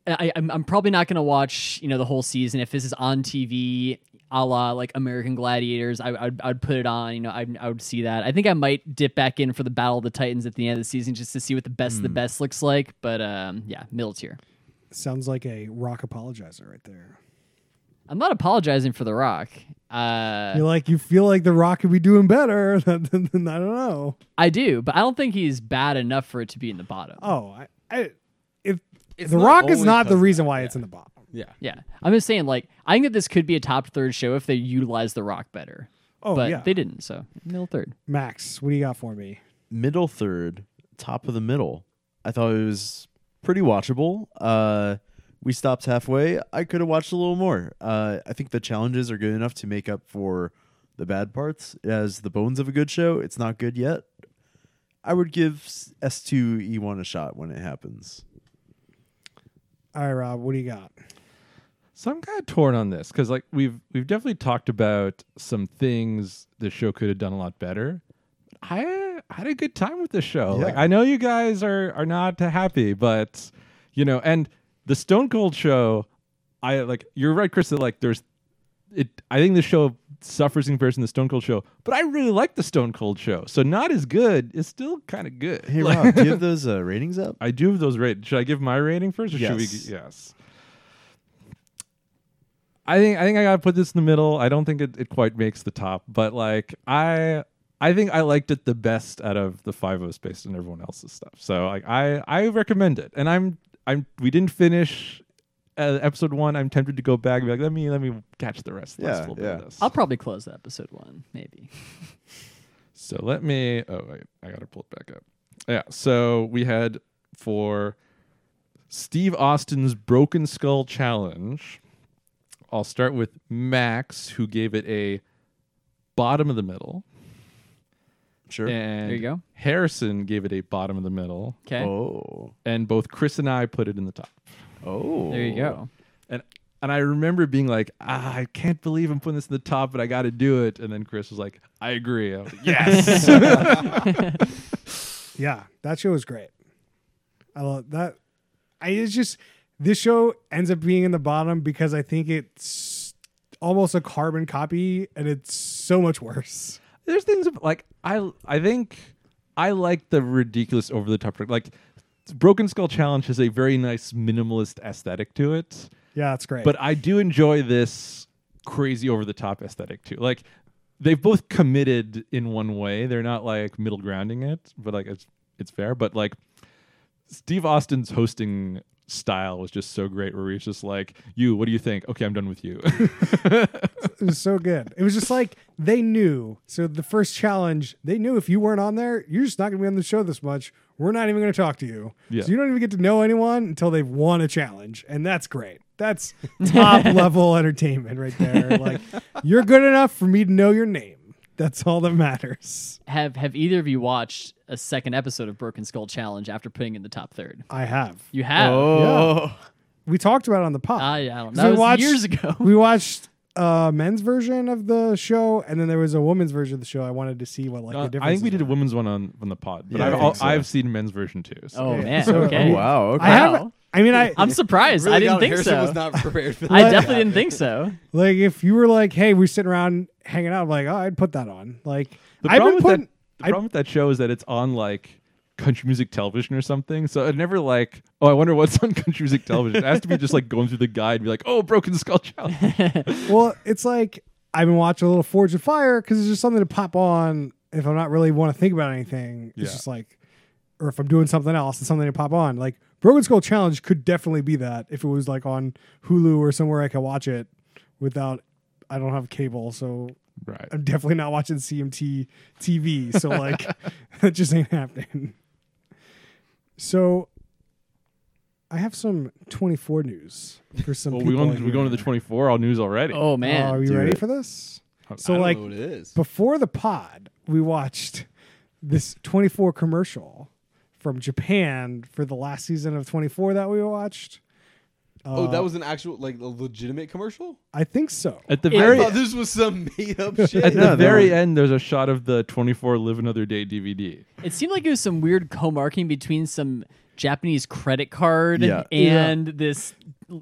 Speaker 4: I, I'm, I'm probably not gonna watch you know the whole season if this is on TV, a la like American Gladiators. I I'd, I'd put it on. You know, I I would see that. I think I might dip back in for the Battle of the Titans at the end of the season just to see what the best of the best looks like. But um, yeah, middle tier.
Speaker 1: Sounds like a rock apologizer right there.
Speaker 4: I'm not apologizing for The Rock. Uh,
Speaker 1: You're like you feel like the Rock could be doing better. I don't know.
Speaker 4: I do, but I don't think he's bad enough for it to be in the bottom.
Speaker 1: Oh, I, I if
Speaker 5: It's
Speaker 1: the
Speaker 5: not
Speaker 1: Rock is
Speaker 5: only
Speaker 1: not the
Speaker 5: 'cause of
Speaker 1: reason
Speaker 5: that,
Speaker 1: why
Speaker 5: yeah.
Speaker 1: it's in the bottom.
Speaker 5: Yeah,
Speaker 4: Yeah, I'm just saying. Like, I think that this could be a top third show if they utilize The Rock better.
Speaker 1: Oh
Speaker 4: but
Speaker 1: yeah,
Speaker 4: they didn't. So middle third.
Speaker 1: Max, what do you got for me?
Speaker 2: middle third, top of the middle. I thought it was pretty watchable. Uh, we stopped halfway. I could have watched a little more. Uh, I think the challenges are good enough to make up for the bad parts. It has the bones of a good show. It's not good yet. I would give S2 E1 E a shot when it happens.
Speaker 1: All right, Rob, what do you got?
Speaker 3: So I'm kind of torn on this because like we've we've definitely talked about some things the show could have done a lot better. I had a good time with this show. Like
Speaker 2: Yeah.
Speaker 3: I know you guys are are not happy, but you know, and the Stone Cold show, I like you're right, Chris. That like there's it. I think the show suffers in comparison to the Stone Cold show, but I really like the Stone Cold show. So not as good is still kind of good.
Speaker 2: Hey,
Speaker 3: Like-
Speaker 2: Rob, do you have those uh, ratings up?
Speaker 3: I do have those ratings. Should I give my rating first, or should we?
Speaker 2: Yes.
Speaker 3: g- Yes. I think I think I gotta put this in the middle. I don't think it, it quite makes the top, but like I I think I liked it the best out of the five of us based on everyone else's stuff. So like I I recommend it, and I'm I'm we didn't finish. Uh, episode one, I'm tempted to go back and be like, let me let me catch the rest.
Speaker 2: Yeah,
Speaker 3: Let's little bit
Speaker 2: yeah.
Speaker 3: of this.
Speaker 4: I'll probably close the episode one, maybe.
Speaker 3: So let me. Oh, wait, I gotta pull it back up. Yeah. So we had for Steve Austin's Broken Skull Challenge. I'll start with Max, who gave it a bottom of the middle,
Speaker 2: Sure.
Speaker 3: and
Speaker 4: There you go.
Speaker 3: Harrison gave it a bottom of the middle,
Speaker 4: Okay,
Speaker 2: Oh.
Speaker 3: and both Chris and I put it in the top.
Speaker 2: Oh.
Speaker 4: there you go.
Speaker 3: And and I remember being like, ah, I can't believe I'm putting this in the top, but I got to do it. And then Chris was like, I agree. I was like, yes.
Speaker 1: Yeah, that show was great. I love that. I it's just this show ends up being in the bottom because I think it's almost a carbon copy, and it's so much worse.
Speaker 3: there's things ab- like I I think I like the ridiculous over the top like Broken Skull Challenge has a very nice minimalist aesthetic to it,
Speaker 1: Yeah, it's great.
Speaker 3: but I do enjoy this crazy over the top aesthetic too. Like they've both committed in one way. They're not like middle grounding it, but like it's it's fair, but like Steve Austin's hosting style was just so great where he's just like, "You, what do you think? Okay, I'm done with you."
Speaker 1: It was so good. It was just like they knew. So the first challenge, they knew if you weren't on there, you're just not going to be on the show this much. We're not even going to talk to you.
Speaker 3: Yeah.
Speaker 1: So you don't even get to know anyone until they've won a challenge, and that's great. That's top level entertainment right there. Like you're good enough for me to know your name. That's all that matters.
Speaker 4: Have Have either of you watched a second episode of Broken Skull Challenge after putting in the top third?
Speaker 1: I have.
Speaker 4: You have.
Speaker 2: Oh,
Speaker 1: We talked about it on the pod.
Speaker 4: Ah, yeah, I don't-
Speaker 1: 'Cause
Speaker 4: that
Speaker 1: we
Speaker 4: was
Speaker 1: watched-
Speaker 4: years ago.
Speaker 1: We watched a men's version of the show, and then there was a woman's version of the show. I wanted to see what like
Speaker 3: Uh,
Speaker 1: the difference.
Speaker 3: I think we did a women's one on, on the pod, but
Speaker 2: Yeah,
Speaker 3: I've,
Speaker 2: I
Speaker 3: al-
Speaker 2: think so.
Speaker 3: I've seen men's version too. So.
Speaker 4: Oh man.
Speaker 1: So-
Speaker 4: okay.
Speaker 1: Oh,
Speaker 2: wow. Okay.
Speaker 1: I have.
Speaker 4: Wow.
Speaker 1: I mean, I
Speaker 4: I'm surprised.
Speaker 5: Really
Speaker 4: I didn't
Speaker 5: doubt
Speaker 4: think
Speaker 5: Harrison
Speaker 4: so.
Speaker 5: was not prepared for that.
Speaker 4: I definitely didn't think so.
Speaker 1: Like if you were like, "Hey, we're sitting around hanging out," I'm like, "Oh, I'd put that on." Like
Speaker 3: The
Speaker 1: I've been
Speaker 3: problem with
Speaker 1: putting.
Speaker 3: that, the
Speaker 1: I-
Speaker 3: problem with that show is that it's on like country music television or something. So it never like, oh, I wonder what's on country music television. It has to be just like going through the guide and be like, oh, Broken Skull Challenge.
Speaker 1: Well, it's like I've been watching a little Forge of Fire because it's just something to pop on if I'm not really want to think about anything.
Speaker 3: Yeah.
Speaker 1: It's just like, or if I'm doing something else, it's something to pop on. Like Broken Skull Challenge could definitely be that if it was like on Hulu or somewhere I could watch it without. I don't have cable, so
Speaker 3: right.
Speaker 1: I'm definitely not watching CMT TV. So like that just ain't happening. So I have some 24 news for some
Speaker 3: Well, we
Speaker 1: people.
Speaker 3: going,
Speaker 1: in
Speaker 3: we're going to
Speaker 1: here.
Speaker 3: the 24 all news already.
Speaker 4: Oh
Speaker 1: Are
Speaker 4: man.
Speaker 1: we
Speaker 2: Dude.
Speaker 1: ready for this? So
Speaker 5: I don't
Speaker 1: like
Speaker 5: know what it is.
Speaker 1: before the pod, we watched this 24 commercial from Japan for the last season of 24 that we watched.
Speaker 5: oh,
Speaker 1: uh,
Speaker 5: that was an actual like a legitimate commercial.
Speaker 1: I think so.
Speaker 3: At the
Speaker 4: It-
Speaker 5: I
Speaker 3: very
Speaker 5: thought this was some made up shit.
Speaker 3: at the
Speaker 2: Yeah, they
Speaker 3: very
Speaker 2: were-
Speaker 3: end, there's a shot of the 24 Live Another Day DVD.
Speaker 4: It seemed like it was some weird co-marking between some Japanese credit card
Speaker 2: Yeah.
Speaker 4: and this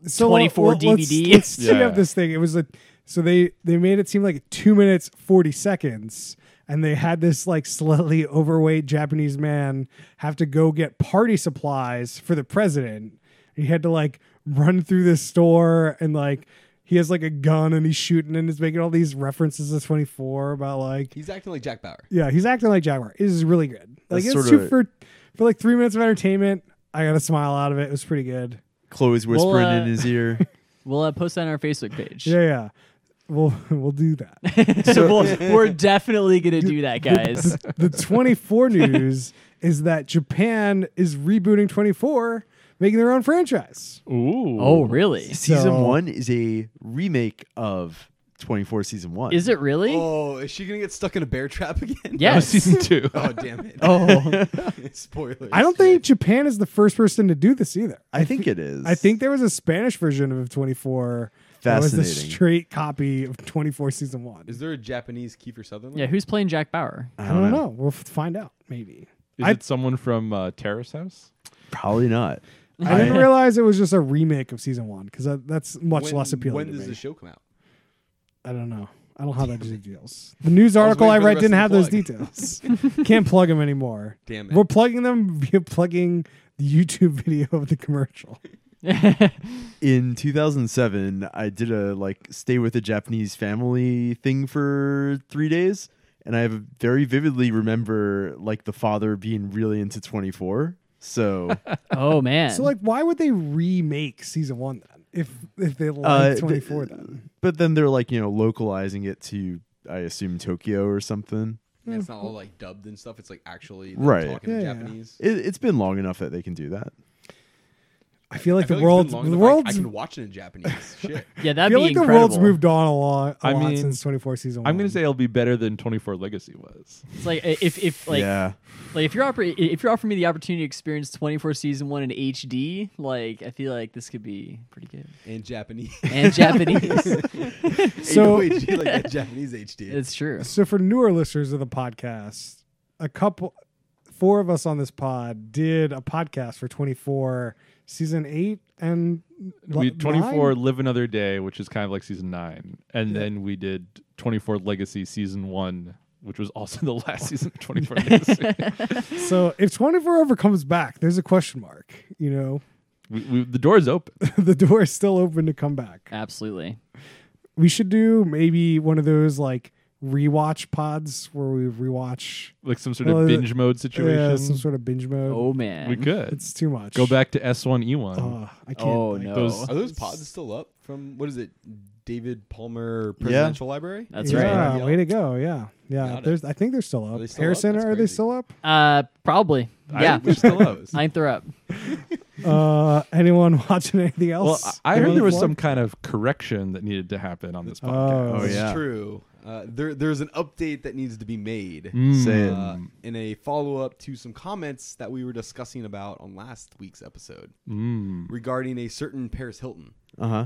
Speaker 1: So, well,
Speaker 4: 24
Speaker 1: well, let's-
Speaker 4: DVD.
Speaker 1: Let's, tee
Speaker 3: Yeah.
Speaker 1: up this thing. It was a so they they made it seem like two minutes forty seconds, and they had this like slightly overweight Japanese man have to go get party supplies for the president. He had to like run through this store and like he has like a gun and he's shooting and is making all these references to twenty four about like
Speaker 5: He's acting like Jack Bauer.
Speaker 1: yeah he's acting like Jaguar. It is really good. Like
Speaker 2: That's
Speaker 1: it's
Speaker 2: sorta-
Speaker 1: two for for like three minutes of entertainment. I got a smile out of it. It was pretty good.
Speaker 2: Chloe's whispering
Speaker 4: uh,
Speaker 2: in his ear.
Speaker 4: We'll uh, post that on our Facebook page.
Speaker 1: Yeah, yeah. We'll we'll do that.
Speaker 4: so we'll, we're definitely gonna do that, guys.
Speaker 1: The 24 news is that Japan is rebooting 24, making their own franchise.
Speaker 3: Ooh.
Speaker 4: oh, really?
Speaker 2: season
Speaker 1: So-
Speaker 2: one is a remake of 24 season one.
Speaker 4: Is it really?
Speaker 5: Oh, is she gonna get stuck in a bear trap again?
Speaker 3: That was
Speaker 4: yes.
Speaker 3: season two.
Speaker 5: Oh damn it!
Speaker 4: oh,
Speaker 5: Spoilers.
Speaker 1: I don't think Japan is the first person to do this either.
Speaker 2: I think it is.
Speaker 1: I think there was a Spanish version of 24 that was the
Speaker 2: Fascinating.
Speaker 1: straight copy of 24 season 1.
Speaker 5: Is there a Japanese Kiefer Sutherland?
Speaker 4: yeah. Who's playing Jack Bauer?
Speaker 1: I don't know. We'll f- find out maybe.
Speaker 3: Is
Speaker 1: I-
Speaker 3: it someone from uh, Terrace House?
Speaker 2: Probably not.
Speaker 1: I didn't realize it was just a remake of season 1 cuz that's much
Speaker 5: When-
Speaker 1: less appealing
Speaker 5: When
Speaker 1: to
Speaker 5: does
Speaker 1: me.
Speaker 5: the show come out?
Speaker 1: I don't know. I don't know how that details. The news article
Speaker 5: waiting
Speaker 1: I,
Speaker 5: for the
Speaker 1: read
Speaker 5: rest
Speaker 1: didn't have
Speaker 5: of the
Speaker 1: those details. Can't plug them anymore.
Speaker 5: Damn it.
Speaker 1: We're plugging them via plugging the YouTube video of the commercial.
Speaker 4: Oh,
Speaker 2: In 2007, I did a like stay with a Japanese family thing for three days, and I very vividly remember like the father being really into 24. So
Speaker 4: oh man.
Speaker 1: So like why would they remake season 1 then? If if they like
Speaker 2: Uh, th-
Speaker 1: 24 then.
Speaker 2: But then they're like, you know, localizing it to I assume Tokyo or something.
Speaker 5: And it's not all like dubbed and stuff. It's like actually them
Speaker 2: Right.
Speaker 5: talking in
Speaker 1: Yeah, yeah.
Speaker 5: Japanese.
Speaker 2: It, it's been long enough that they can do that.
Speaker 1: I feel like
Speaker 5: I feel
Speaker 1: the
Speaker 5: like it's
Speaker 1: world
Speaker 5: been long
Speaker 1: the
Speaker 5: enough, like,
Speaker 1: world's
Speaker 5: I
Speaker 1: I,
Speaker 5: can watch it in Japanese. Shit.
Speaker 4: yeah, that'd
Speaker 1: feel
Speaker 4: be
Speaker 1: like the
Speaker 4: incredible.
Speaker 1: world's moved on a lot, a
Speaker 3: I
Speaker 1: lot
Speaker 3: mean,
Speaker 1: since 24 season 1.
Speaker 3: I'm going to say it'll be better than 24 Legacy was.
Speaker 4: It's like if if like
Speaker 2: yeah.
Speaker 4: like if you're oper- if you're offering me the opportunity to experience 24 season one in HD, like I feel like this could be pretty good
Speaker 5: in Japanese.
Speaker 4: and
Speaker 1: So-
Speaker 4: Japanese.
Speaker 5: AOHD, like that Japanese HD.
Speaker 4: it's true.
Speaker 1: So for newer listeners of the podcast, a couple four of us on this pod did a podcast for 24, season eight, and
Speaker 3: we
Speaker 1: li-
Speaker 3: 24
Speaker 1: nine?
Speaker 3: live another day which is kind of like season 9 and then we did 24 legacy season 1 which was also the last season of 24 legacy
Speaker 1: So if 24 ever comes back, there's a question mark. You know,
Speaker 3: we, we, the door is open
Speaker 1: the door is still open to come back.
Speaker 4: Absolutely.
Speaker 1: We should do maybe one of those like rewatch pods where we rewatch
Speaker 3: like some sort
Speaker 1: Well,
Speaker 3: of binge mode situation
Speaker 1: uh, some sort of binge mode.
Speaker 4: Oh man.
Speaker 3: we could
Speaker 1: It's too much.
Speaker 3: go back to E s1e1
Speaker 1: Oh, I can't.
Speaker 4: Oh
Speaker 1: like,
Speaker 4: no.
Speaker 3: those-
Speaker 5: Are those pods still up from what is it? David Palmer Presidential Library.
Speaker 4: That's
Speaker 1: yeah,
Speaker 5: right.
Speaker 1: way to go. Yeah. Yeah.
Speaker 5: Got it.
Speaker 1: There's I think they're still up.
Speaker 5: they still up?
Speaker 1: Harrison,
Speaker 5: That's
Speaker 1: are they
Speaker 5: crazy.
Speaker 1: still up?
Speaker 4: Uh, probably.
Speaker 3: I
Speaker 4: Yeah.
Speaker 3: think they're still up.
Speaker 4: Ninth or up.
Speaker 1: uh anyone watching anything
Speaker 3: well
Speaker 1: else?
Speaker 3: i I heard
Speaker 1: Anyone
Speaker 3: there was
Speaker 1: vlog?
Speaker 3: some kind of correction that needed to happen on this
Speaker 1: Oh.
Speaker 3: podcast
Speaker 1: Oh,
Speaker 5: This is
Speaker 2: yeah.
Speaker 5: true. Uh, there, there's an update that needs to be made
Speaker 3: Mm.
Speaker 2: Say it.
Speaker 5: uh, in a follow up to some comments that we were discussing about on last week's episode
Speaker 3: Mm.
Speaker 5: regarding a certain Paris Hilton.
Speaker 2: Uh huh.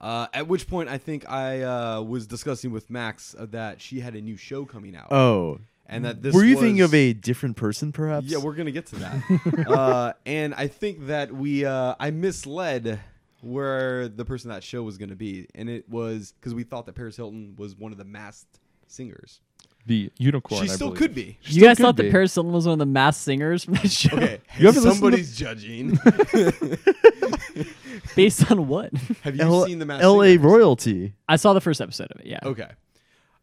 Speaker 5: Uh, at which point, I think I uh, was discussing with Max uh, that she had a new show coming out,
Speaker 2: Oh,
Speaker 5: and that this
Speaker 2: were you
Speaker 5: was-
Speaker 2: thinking of a different person, perhaps?
Speaker 5: Yeah, we're gonna get to that. uh, and I think that we uh, I misled where the person that show was gonna be, and it was because we thought that Paris Hilton was one of the masked singers.
Speaker 3: the unicorn
Speaker 5: she
Speaker 3: I
Speaker 5: still
Speaker 3: believe.
Speaker 5: could be.
Speaker 4: You
Speaker 3: She still
Speaker 4: guys
Speaker 3: could
Speaker 4: thought
Speaker 3: be.
Speaker 4: that Paris Hilton was one of the masked singers from the show?
Speaker 5: Okay,
Speaker 2: You have to listen to-
Speaker 5: somebody's judging.
Speaker 4: Based on what?
Speaker 5: have you
Speaker 2: L-
Speaker 5: seen the masked
Speaker 2: L.A.
Speaker 5: Singers?
Speaker 2: royalty.
Speaker 4: I saw the first episode of it. Yeah.
Speaker 5: Okay.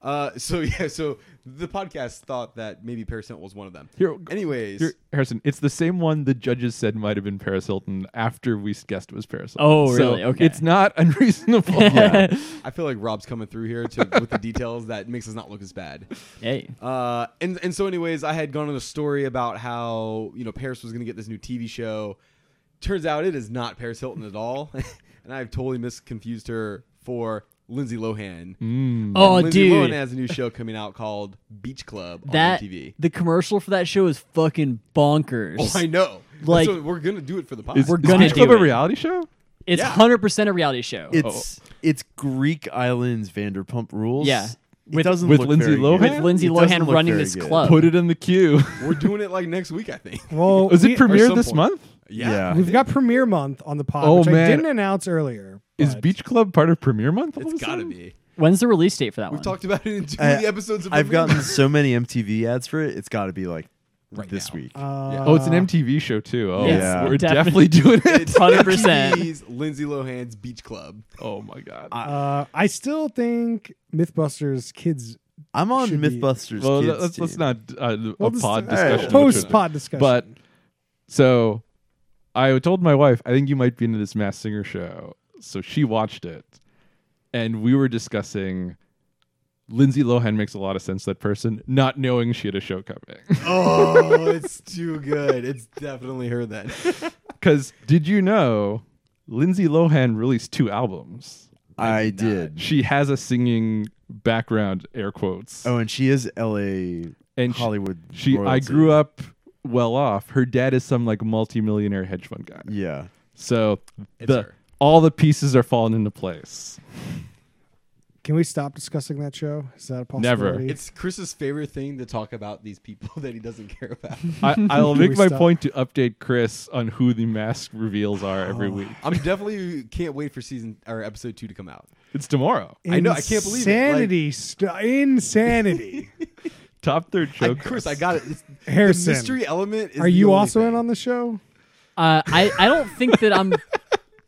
Speaker 5: Uh, so yeah, so the podcast thought that maybe Paris Hilton was one of them.
Speaker 3: Here,
Speaker 5: Anyways,
Speaker 3: here, Harrison, it's the same one the judges said might have been Paris Hilton after we guessed it was Paris Hilton.
Speaker 4: Oh,
Speaker 3: So
Speaker 4: really? Okay.
Speaker 3: It's not unreasonable.
Speaker 5: I feel like Rob's coming through here to, with the details that makes us not look as bad.
Speaker 4: Hey.
Speaker 5: Uh, and and so, anyways, I had gone on a story about how you know Paris was going to get this new TV show. Turns out it is not Paris Hilton at all, and I've totally misconfused her for Lindsay Lohan.
Speaker 3: Mm.
Speaker 4: Oh,
Speaker 5: Lindsay Lohan
Speaker 4: dude.
Speaker 5: has a new show coming out called Beach Club
Speaker 4: That
Speaker 5: on TV.
Speaker 4: the commercial for that show is fucking bonkers.
Speaker 5: Oh, I know.
Speaker 4: Like-
Speaker 5: so we're gonna do it for the podcast.
Speaker 3: Is,
Speaker 4: We're
Speaker 3: is
Speaker 4: gonna
Speaker 3: Beach Club
Speaker 4: do
Speaker 3: a
Speaker 4: it.
Speaker 3: reality show?
Speaker 4: it's
Speaker 5: yeah.
Speaker 4: hundred percent a reality show.
Speaker 2: It's it's Greek Islands Vanderpump Rules.
Speaker 4: Yeah.
Speaker 2: it
Speaker 4: With-
Speaker 2: doesn't
Speaker 3: with
Speaker 2: look
Speaker 3: Lindsay
Speaker 2: very good.
Speaker 3: Lohan?
Speaker 4: With Lindsay
Speaker 2: It doesn't
Speaker 4: Lohan
Speaker 2: look
Speaker 4: running
Speaker 2: very
Speaker 4: this
Speaker 2: good.
Speaker 4: club.
Speaker 3: Put it in the queue.
Speaker 5: we're doing it like next week, I think.
Speaker 1: Well,
Speaker 3: Is
Speaker 1: we-
Speaker 3: it premiere
Speaker 5: some
Speaker 3: this
Speaker 5: point.
Speaker 3: month?
Speaker 2: Yeah.
Speaker 1: We've got premiere month on the pod,
Speaker 3: Oh,
Speaker 1: which
Speaker 3: man.
Speaker 1: I didn't announce earlier.
Speaker 3: Is
Speaker 1: but-
Speaker 3: Beach Club part of premiere month? all of
Speaker 5: It's
Speaker 3: a
Speaker 5: gotta
Speaker 3: sudden?
Speaker 5: be.
Speaker 4: When's the release date for that
Speaker 5: We've
Speaker 4: one?
Speaker 5: talked about it in too
Speaker 2: I-
Speaker 5: many episodes of
Speaker 2: I've
Speaker 5: the
Speaker 2: gotten
Speaker 5: movie.
Speaker 2: so many MTV ads for it. It's got to be like this
Speaker 5: now.
Speaker 2: week.
Speaker 1: Uh,
Speaker 3: Oh, it's an MTV show too. Oh,
Speaker 4: Yes,
Speaker 2: Yeah.
Speaker 3: we're
Speaker 4: definitely.
Speaker 3: definitely doing it.
Speaker 5: It's
Speaker 4: 100%.
Speaker 5: MTV's Lindsay Lohan's Beach Club.
Speaker 3: Oh my god.
Speaker 1: Uh, I still think MythBusters kids.
Speaker 2: I'm on
Speaker 1: should be-
Speaker 2: MythBusters.
Speaker 3: well,
Speaker 2: kids
Speaker 3: let's, let's
Speaker 2: team.
Speaker 3: not uh,
Speaker 1: Well,
Speaker 3: a
Speaker 1: this-
Speaker 3: pod
Speaker 1: all right,
Speaker 3: discussion.
Speaker 1: Post pod discussion.
Speaker 3: But so I told my wife, I think you might be into this Mass Singer show. So she watched it, and we were discussing. Lindsay Lohan makes a lot of sense. That person, not knowing she had a show coming,
Speaker 5: Oh, it's too good. It's definitely her then.
Speaker 3: because did you know Lindsay Lohan released two albums?
Speaker 2: I did.
Speaker 3: She has a singing background, air quotes.
Speaker 2: Oh, and she is L.A.
Speaker 3: And she-
Speaker 2: Hollywood.
Speaker 3: she, I
Speaker 2: royalty.
Speaker 3: grew up well off. Her dad is some like multimillionaire hedge fund guy.
Speaker 2: Yeah.
Speaker 3: So
Speaker 5: It's
Speaker 3: the
Speaker 5: her.
Speaker 3: all the pieces are falling into place.
Speaker 1: can we stop discussing that show? Is that a
Speaker 3: Never.
Speaker 1: possibility?
Speaker 5: It's Chris's favorite thing to talk about these people that he doesn't care about.
Speaker 3: I, I'll
Speaker 1: Can we
Speaker 3: make my
Speaker 1: stop?
Speaker 3: point to update Chris on who the mask reveals are every week.
Speaker 5: I'm definitely can't wait for season or episode two to come out.
Speaker 3: It's tomorrow.
Speaker 5: I know, I can't believe it, like-
Speaker 1: Insanity. st- insanity.
Speaker 3: Top third
Speaker 5: I,
Speaker 3: show.
Speaker 5: Chris, I got it. It's-
Speaker 1: Harrison.
Speaker 5: the mystery element. Is
Speaker 1: Are you also in on the show?
Speaker 4: Uh, I, I don't think that I'm.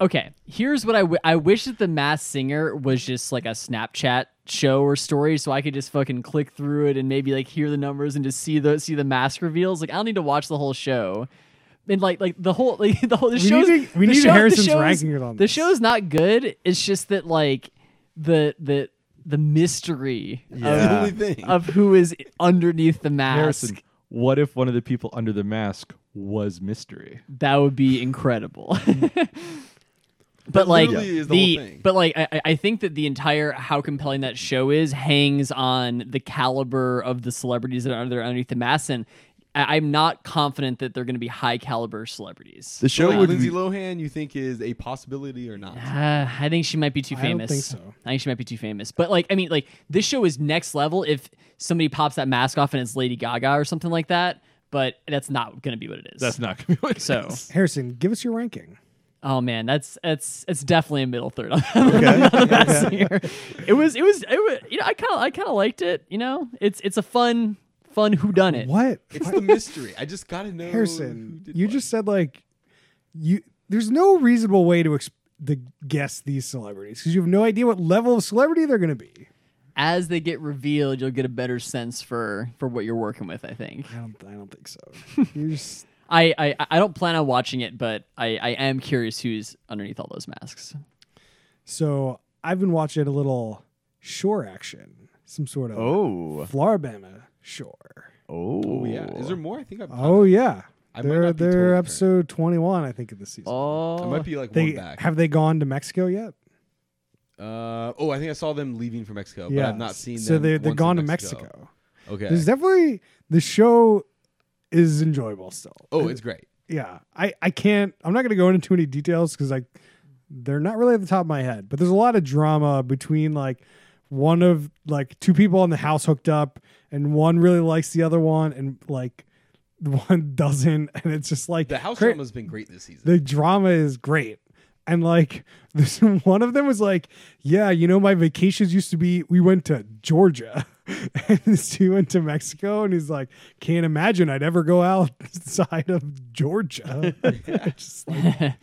Speaker 4: Okay, here's what I wi- I wish that the Mass Singer was just like a Snapchat show or story, so I could just fucking click through it and maybe like hear the numbers and just see the see the mask reveals. Like I don't need to watch the whole show, and like like the whole like the whole the
Speaker 1: We
Speaker 4: show.
Speaker 1: need to- we
Speaker 4: the
Speaker 1: need
Speaker 4: show,
Speaker 1: Harrison's
Speaker 4: the show's-
Speaker 1: ranking it on
Speaker 4: the
Speaker 1: this.
Speaker 4: show's not good. It's just that like the the the mystery
Speaker 2: Yeah.
Speaker 5: only thing?
Speaker 4: of who is underneath the mask.
Speaker 3: Harrison, what if one of the people under the mask was mystery?
Speaker 4: That would be incredible. but like
Speaker 5: literally is the
Speaker 4: the,
Speaker 5: whole thing.
Speaker 4: but like I, I- I think that the entire how compelling that show is hangs on the caliber of the celebrities that are under, underneath the mask, and I, I'm not confident that they're going to be high caliber celebrities.
Speaker 2: The show
Speaker 5: Like,
Speaker 2: would
Speaker 5: Lindsay
Speaker 2: be-
Speaker 5: Lohan, you think is a possibility or not?
Speaker 4: Uh, I think she might be too
Speaker 1: I don't
Speaker 4: famous.
Speaker 1: think so.
Speaker 4: I think she might be too famous. But like, I mean, like this show is next level if somebody pops that mask off and it's Lady Gaga or something like that. but that's not going to be what it is.
Speaker 3: That's not going to be what it
Speaker 4: So-
Speaker 3: is.
Speaker 1: Harrison, give us your ranking.
Speaker 4: Oh man, that's that's it's definitely a middle third on, on that singer. It was it was it was you know I kind of I kind of liked it. You know, it's it's a fun fun who done it.
Speaker 1: What?
Speaker 5: It's the mystery. I just gotta know. who
Speaker 1: Harrison,
Speaker 5: did
Speaker 1: you
Speaker 5: what.
Speaker 1: just said like you. There's no reasonable way to exp- to guess these celebrities because you have no idea what level of celebrity they're going to be.
Speaker 4: As they get revealed, you'll get a better sense for for what you're working with. I think
Speaker 1: I don't. I don't think so. You're just,
Speaker 4: I I, I don't plan on watching it, but I I am curious who's underneath all those masks.
Speaker 1: so I've been watching a little shore action, some sort of
Speaker 2: Oh,
Speaker 1: Floribama shore.
Speaker 2: oh,
Speaker 5: Oh, yeah. Is there more? I think I.
Speaker 1: Oh yeah,
Speaker 5: Uh, I might
Speaker 1: they're
Speaker 5: not be
Speaker 1: they're
Speaker 5: totally
Speaker 1: episode 21, I think, of the season.
Speaker 5: I
Speaker 4: Oh,
Speaker 5: might be like
Speaker 1: they
Speaker 5: one back. Oh,
Speaker 1: have they gone to Mexico yet?
Speaker 5: uh, oh, I think I saw them leaving for Mexico, but I've not seen.
Speaker 1: So
Speaker 5: them
Speaker 1: they they're
Speaker 5: once
Speaker 1: gone
Speaker 5: in
Speaker 1: to Mexico.
Speaker 5: Okay.
Speaker 1: There's definitely the show is enjoyable still.
Speaker 5: oh, it's great.
Speaker 1: yeah. I I can't. I'm not going to go into too many details because like they're not really at the top of my head. But there's a lot of drama between like one of like two people in the house hooked up, and one really likes the other one, and like one doesn't, and it's just like
Speaker 5: The house
Speaker 1: cra-
Speaker 5: drama's been great this season.
Speaker 1: the drama is great. And like this one of them was like, Yeah, you know, my vacations used to be we went to Georgia and this he went to Mexico and he's like, Can't imagine I'd ever go outside of Georgia. Just like-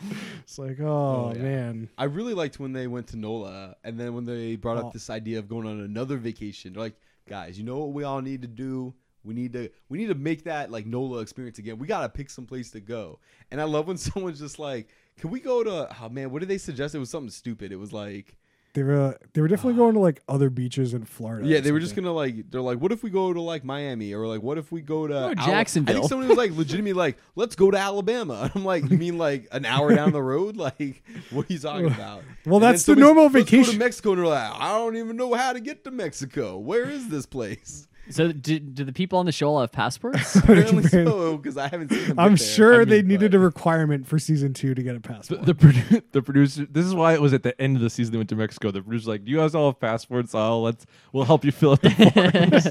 Speaker 1: it's like, oh,
Speaker 5: Oh, yeah.
Speaker 1: man.
Speaker 5: I really liked when they went to NOLA, and then when they brought
Speaker 1: Oh.
Speaker 5: up this idea of going on another vacation. They're like, guys, you know what we all need to do? We need to we need to make that like NOLA experience again. We gotta pick some place to go. And I love when someone's just like, "Can we go to? Oh man, what did they suggest? It was something stupid. It was like,
Speaker 1: They were they were definitely going to like other beaches in Florida.
Speaker 5: yeah,
Speaker 1: or
Speaker 5: they were just
Speaker 1: something.
Speaker 5: gonna like, they're like, what if we go to like Miami or like, what if we go to
Speaker 4: Or
Speaker 5: Ala-" I
Speaker 4: Jacksonville.
Speaker 5: think somebody was like, legitimately like, let's go to Alabama. And I'm like, you mean like an hour down the road? Like, what are you talking about?
Speaker 1: Well,
Speaker 5: And then
Speaker 1: that's the
Speaker 5: somebody's,
Speaker 1: normal
Speaker 5: "Let's go
Speaker 1: vacation."
Speaker 5: to Mexico, and they're like, I don't even know how to get to Mexico. Where is this place?
Speaker 4: so do, do the people on the show all have passports?
Speaker 5: Apparently so, because I haven't seen them.
Speaker 1: I'm
Speaker 5: get there.
Speaker 1: sure
Speaker 5: I mean,
Speaker 1: they needed
Speaker 5: but-
Speaker 1: a requirement for season two to get a
Speaker 3: The,
Speaker 1: passport.
Speaker 3: the, produ- the producer. This is why it was at the end of the season they went to Mexico. The producer's like, "Do you guys all have passports? I'll let's we'll help you fill out the form."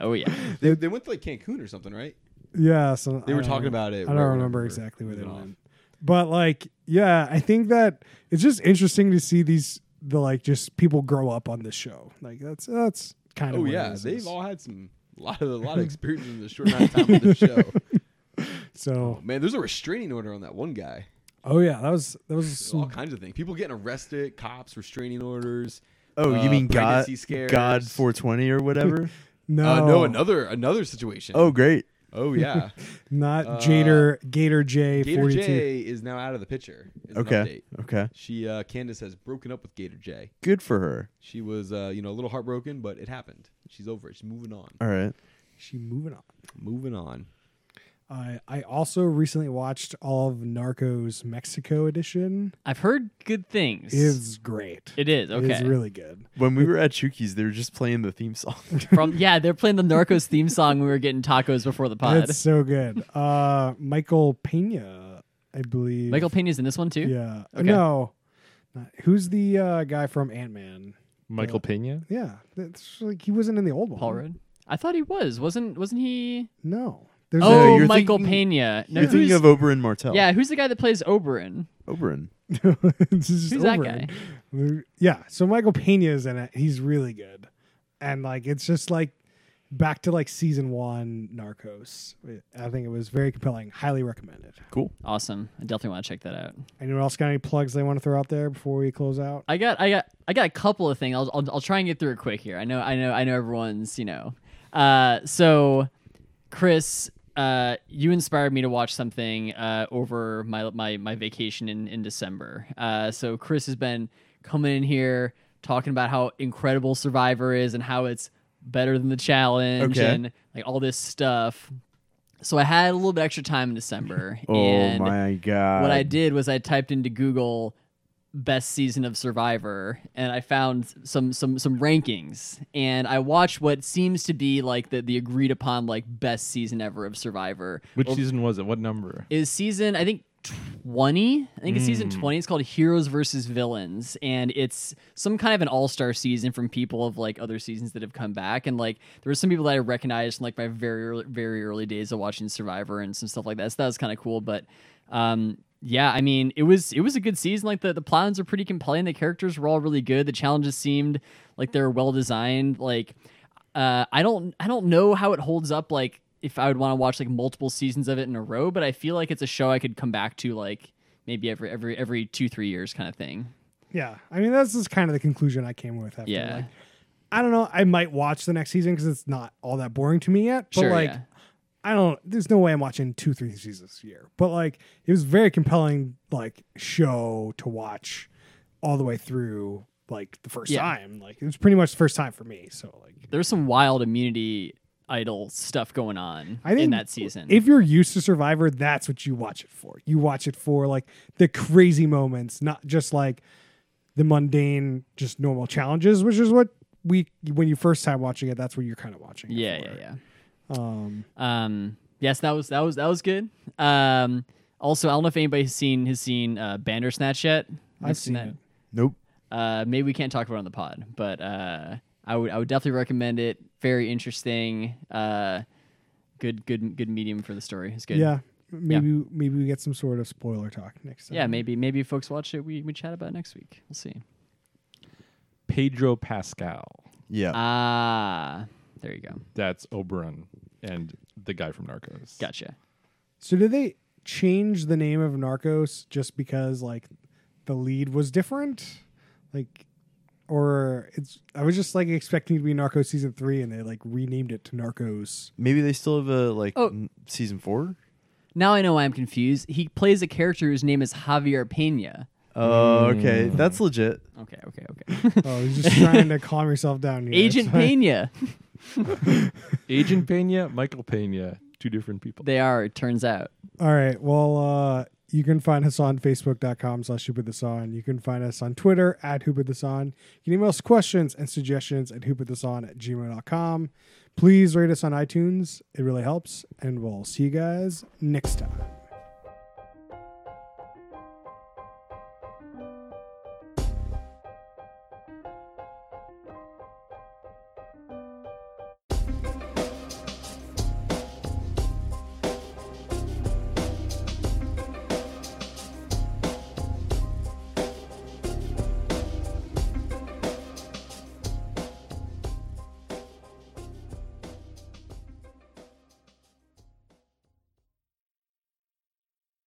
Speaker 4: oh yeah,
Speaker 5: They, they went to like Cancun or something, right?
Speaker 1: Yeah, so
Speaker 5: They
Speaker 1: I
Speaker 5: were
Speaker 1: don't
Speaker 5: talking
Speaker 1: know.
Speaker 5: about it.
Speaker 1: I don't
Speaker 5: where-
Speaker 1: remember,
Speaker 5: whatever.
Speaker 1: exactly where they
Speaker 5: Moving on.
Speaker 1: went, but like, yeah, I think that it's just interesting to see these the like just people grow up on this show. Like that's that's kind of
Speaker 5: Oh
Speaker 1: what it
Speaker 5: yeah,
Speaker 1: is.
Speaker 5: they've all had some lot of a lot of experience in the short amount of time on the show.
Speaker 1: so
Speaker 5: Man, there's a restraining order on that one guy.
Speaker 1: oh yeah, that was that was
Speaker 5: There's all
Speaker 1: some,
Speaker 5: kinds of things. People getting arrested, cops, restraining orders.
Speaker 2: Oh, you
Speaker 5: uh,
Speaker 2: mean God,
Speaker 5: pregnancy scares.
Speaker 2: God 420 or whatever?
Speaker 1: no
Speaker 5: Uh, no, another another situation.
Speaker 2: oh, great.
Speaker 5: oh yeah.
Speaker 1: not
Speaker 5: uh,
Speaker 1: Jader Gator J
Speaker 5: Gator
Speaker 1: forty two.
Speaker 5: J is now out of the picture. is an
Speaker 2: Okay,
Speaker 5: update.
Speaker 2: okay,
Speaker 5: She uh, Candace has broken up with Gator J.
Speaker 2: good for her.
Speaker 5: She was uh, you know a little heartbroken, but it happened. She's over it. She's moving on.
Speaker 2: All right.
Speaker 1: She moving on.
Speaker 5: Moving on.
Speaker 1: I I also recently watched all of Narcos Mexico edition.
Speaker 4: I've heard good things.
Speaker 1: Is great.
Speaker 4: It is,
Speaker 1: It's
Speaker 4: okay.
Speaker 1: really good.
Speaker 2: When we were at Chuki's, they were just playing the theme song.
Speaker 4: From yeah, they're playing the Narcos theme song when we were getting tacos before the pod.
Speaker 1: It's so good. Uh, Michael Pena, I believe.
Speaker 4: Michael Pena's in this one too.
Speaker 1: Yeah.
Speaker 4: Okay.
Speaker 1: No. Not- Who's the uh, guy from Ant Man?
Speaker 3: Michael Pena.
Speaker 1: Yeah, that's like he wasn't in the old one.
Speaker 4: Paul Rudd. I thought he was. Wasn't wasn't he?
Speaker 1: No. There's
Speaker 4: Oh,
Speaker 2: you're
Speaker 4: Michael
Speaker 2: thinking-
Speaker 4: Pena. No,
Speaker 2: You're thinking
Speaker 4: who's-
Speaker 2: of uh, Oberyn Martell.
Speaker 4: yeah, who's the guy that plays Oberon?
Speaker 2: Oberyn.
Speaker 1: a, it's just
Speaker 4: Who's that
Speaker 1: over
Speaker 4: guy?
Speaker 1: it. Yeah. So Michael Pena is in it. He's really good, and like it's just like back to like season one Narcos. I think it was very compelling. Highly recommended.
Speaker 2: Cool.
Speaker 4: Awesome. I definitely want to check that out.
Speaker 1: Anyone else got any plugs they want to throw out there before we close out?
Speaker 4: I got I got I got a couple of things. I'll I'll, I'll try and get through it quick here. I know I know I know everyone's you know. Uh, so, Chris, uh, you inspired me to watch something uh, over my my my vacation in in December. Uh, so Chris has been coming in here talking about how incredible Survivor is and how it's better than the challenge
Speaker 2: Okay.
Speaker 4: and like all this stuff. So I had a little bit extra time in December.
Speaker 2: Oh,
Speaker 4: and
Speaker 2: god.
Speaker 4: what I did was I typed into Google best season of Survivor and I found some some some rankings and I watched what seems to be like the the agreed upon like best season ever of Survivor
Speaker 3: Oh. Which season was it? What number?
Speaker 4: is season I think 20. I think it's season 20. It's called Heroes versus Villains. And it's some kind of an all star season from people of like other seasons that have come back. And like there were some people that I recognized from like my very, early, very early days of watching Survivor and some stuff like that. So that was kind of cool. But, um, yeah, I mean, it was it was a good season. Like the the plans are pretty compelling. The characters were all really good. The challenges seemed like they're well designed. Like uh, I don't I don't know how it holds up like if I would want to watch like multiple seasons of it in a row, but I feel like it's a show I could come back to like maybe every every every 2 3 years kind of thing.
Speaker 1: Yeah, I mean that's just kind of the conclusion I came with. After.
Speaker 4: Yeah.
Speaker 1: Like, I don't know. I might watch the next season because it's not all that boring to me yet. But
Speaker 4: Sure,
Speaker 1: like,
Speaker 4: yeah.
Speaker 1: I don't. There's no way I'm watching two, three seasons a year. But like, it was a very compelling like show to watch all the way through. Like the first
Speaker 4: Yeah.
Speaker 1: time, like it was pretty much the first time for me. So like,
Speaker 4: There's some wild immunity idol stuff going on
Speaker 1: I think
Speaker 4: in that season.
Speaker 1: If you're used to Survivor, that's what you watch it for. You watch it for like the crazy moments, not just like the mundane, just normal challenges, which is what we when you first time watching it, that's what you're kind of watching. it
Speaker 4: yeah,
Speaker 1: for.
Speaker 4: yeah, yeah.
Speaker 1: Um,
Speaker 4: Um, yes, that was that was that was good. Um, also, I don't know if anybody has seen has seen uh, Bandersnatch yet. Have you
Speaker 1: I've seen it.
Speaker 2: Nope.
Speaker 4: Uh, maybe we can't talk about it on the pod, but uh, I would I would definitely recommend it. Very interesting. Uh, good good good medium for the story. It's good.
Speaker 1: Yeah, maybe maybe we get some sort of spoiler talk next time.
Speaker 4: Yeah, maybe maybe if folks watch it. We we chat about it next week. We'll see.
Speaker 3: Pedro Pascal.
Speaker 2: Yeah.
Speaker 4: Ah, there you go.
Speaker 3: That's Oberon and the guy from Narcos.
Speaker 4: Gotcha.
Speaker 1: So did they change the name of Narcos just because like the lead was different? Like or it's I was just like expecting it to be Narcos season 3 and they like renamed it to Narcos.
Speaker 2: Maybe they still have a like
Speaker 4: Oh.
Speaker 2: n- season four.
Speaker 4: Now I know why I'm confused. He plays a character whose name is Javier Pena.
Speaker 2: Oh, okay, that's legit.
Speaker 4: Okay, okay, okay.
Speaker 1: Oh, he's just trying to calm yourself down here.
Speaker 4: Agent
Speaker 1: It's like-
Speaker 4: Pena.
Speaker 3: Agent Pena, Michael Pena, two different people.
Speaker 4: They are. It turns out.
Speaker 1: All right. Well, uh you can find us on facebook.com slash who put this on. You can find us on Twitter at who put this on. You can email us questions and suggestions at who put this on at gmail.com. Please rate us on iTunes. It really helps. And we'll see you guys next time.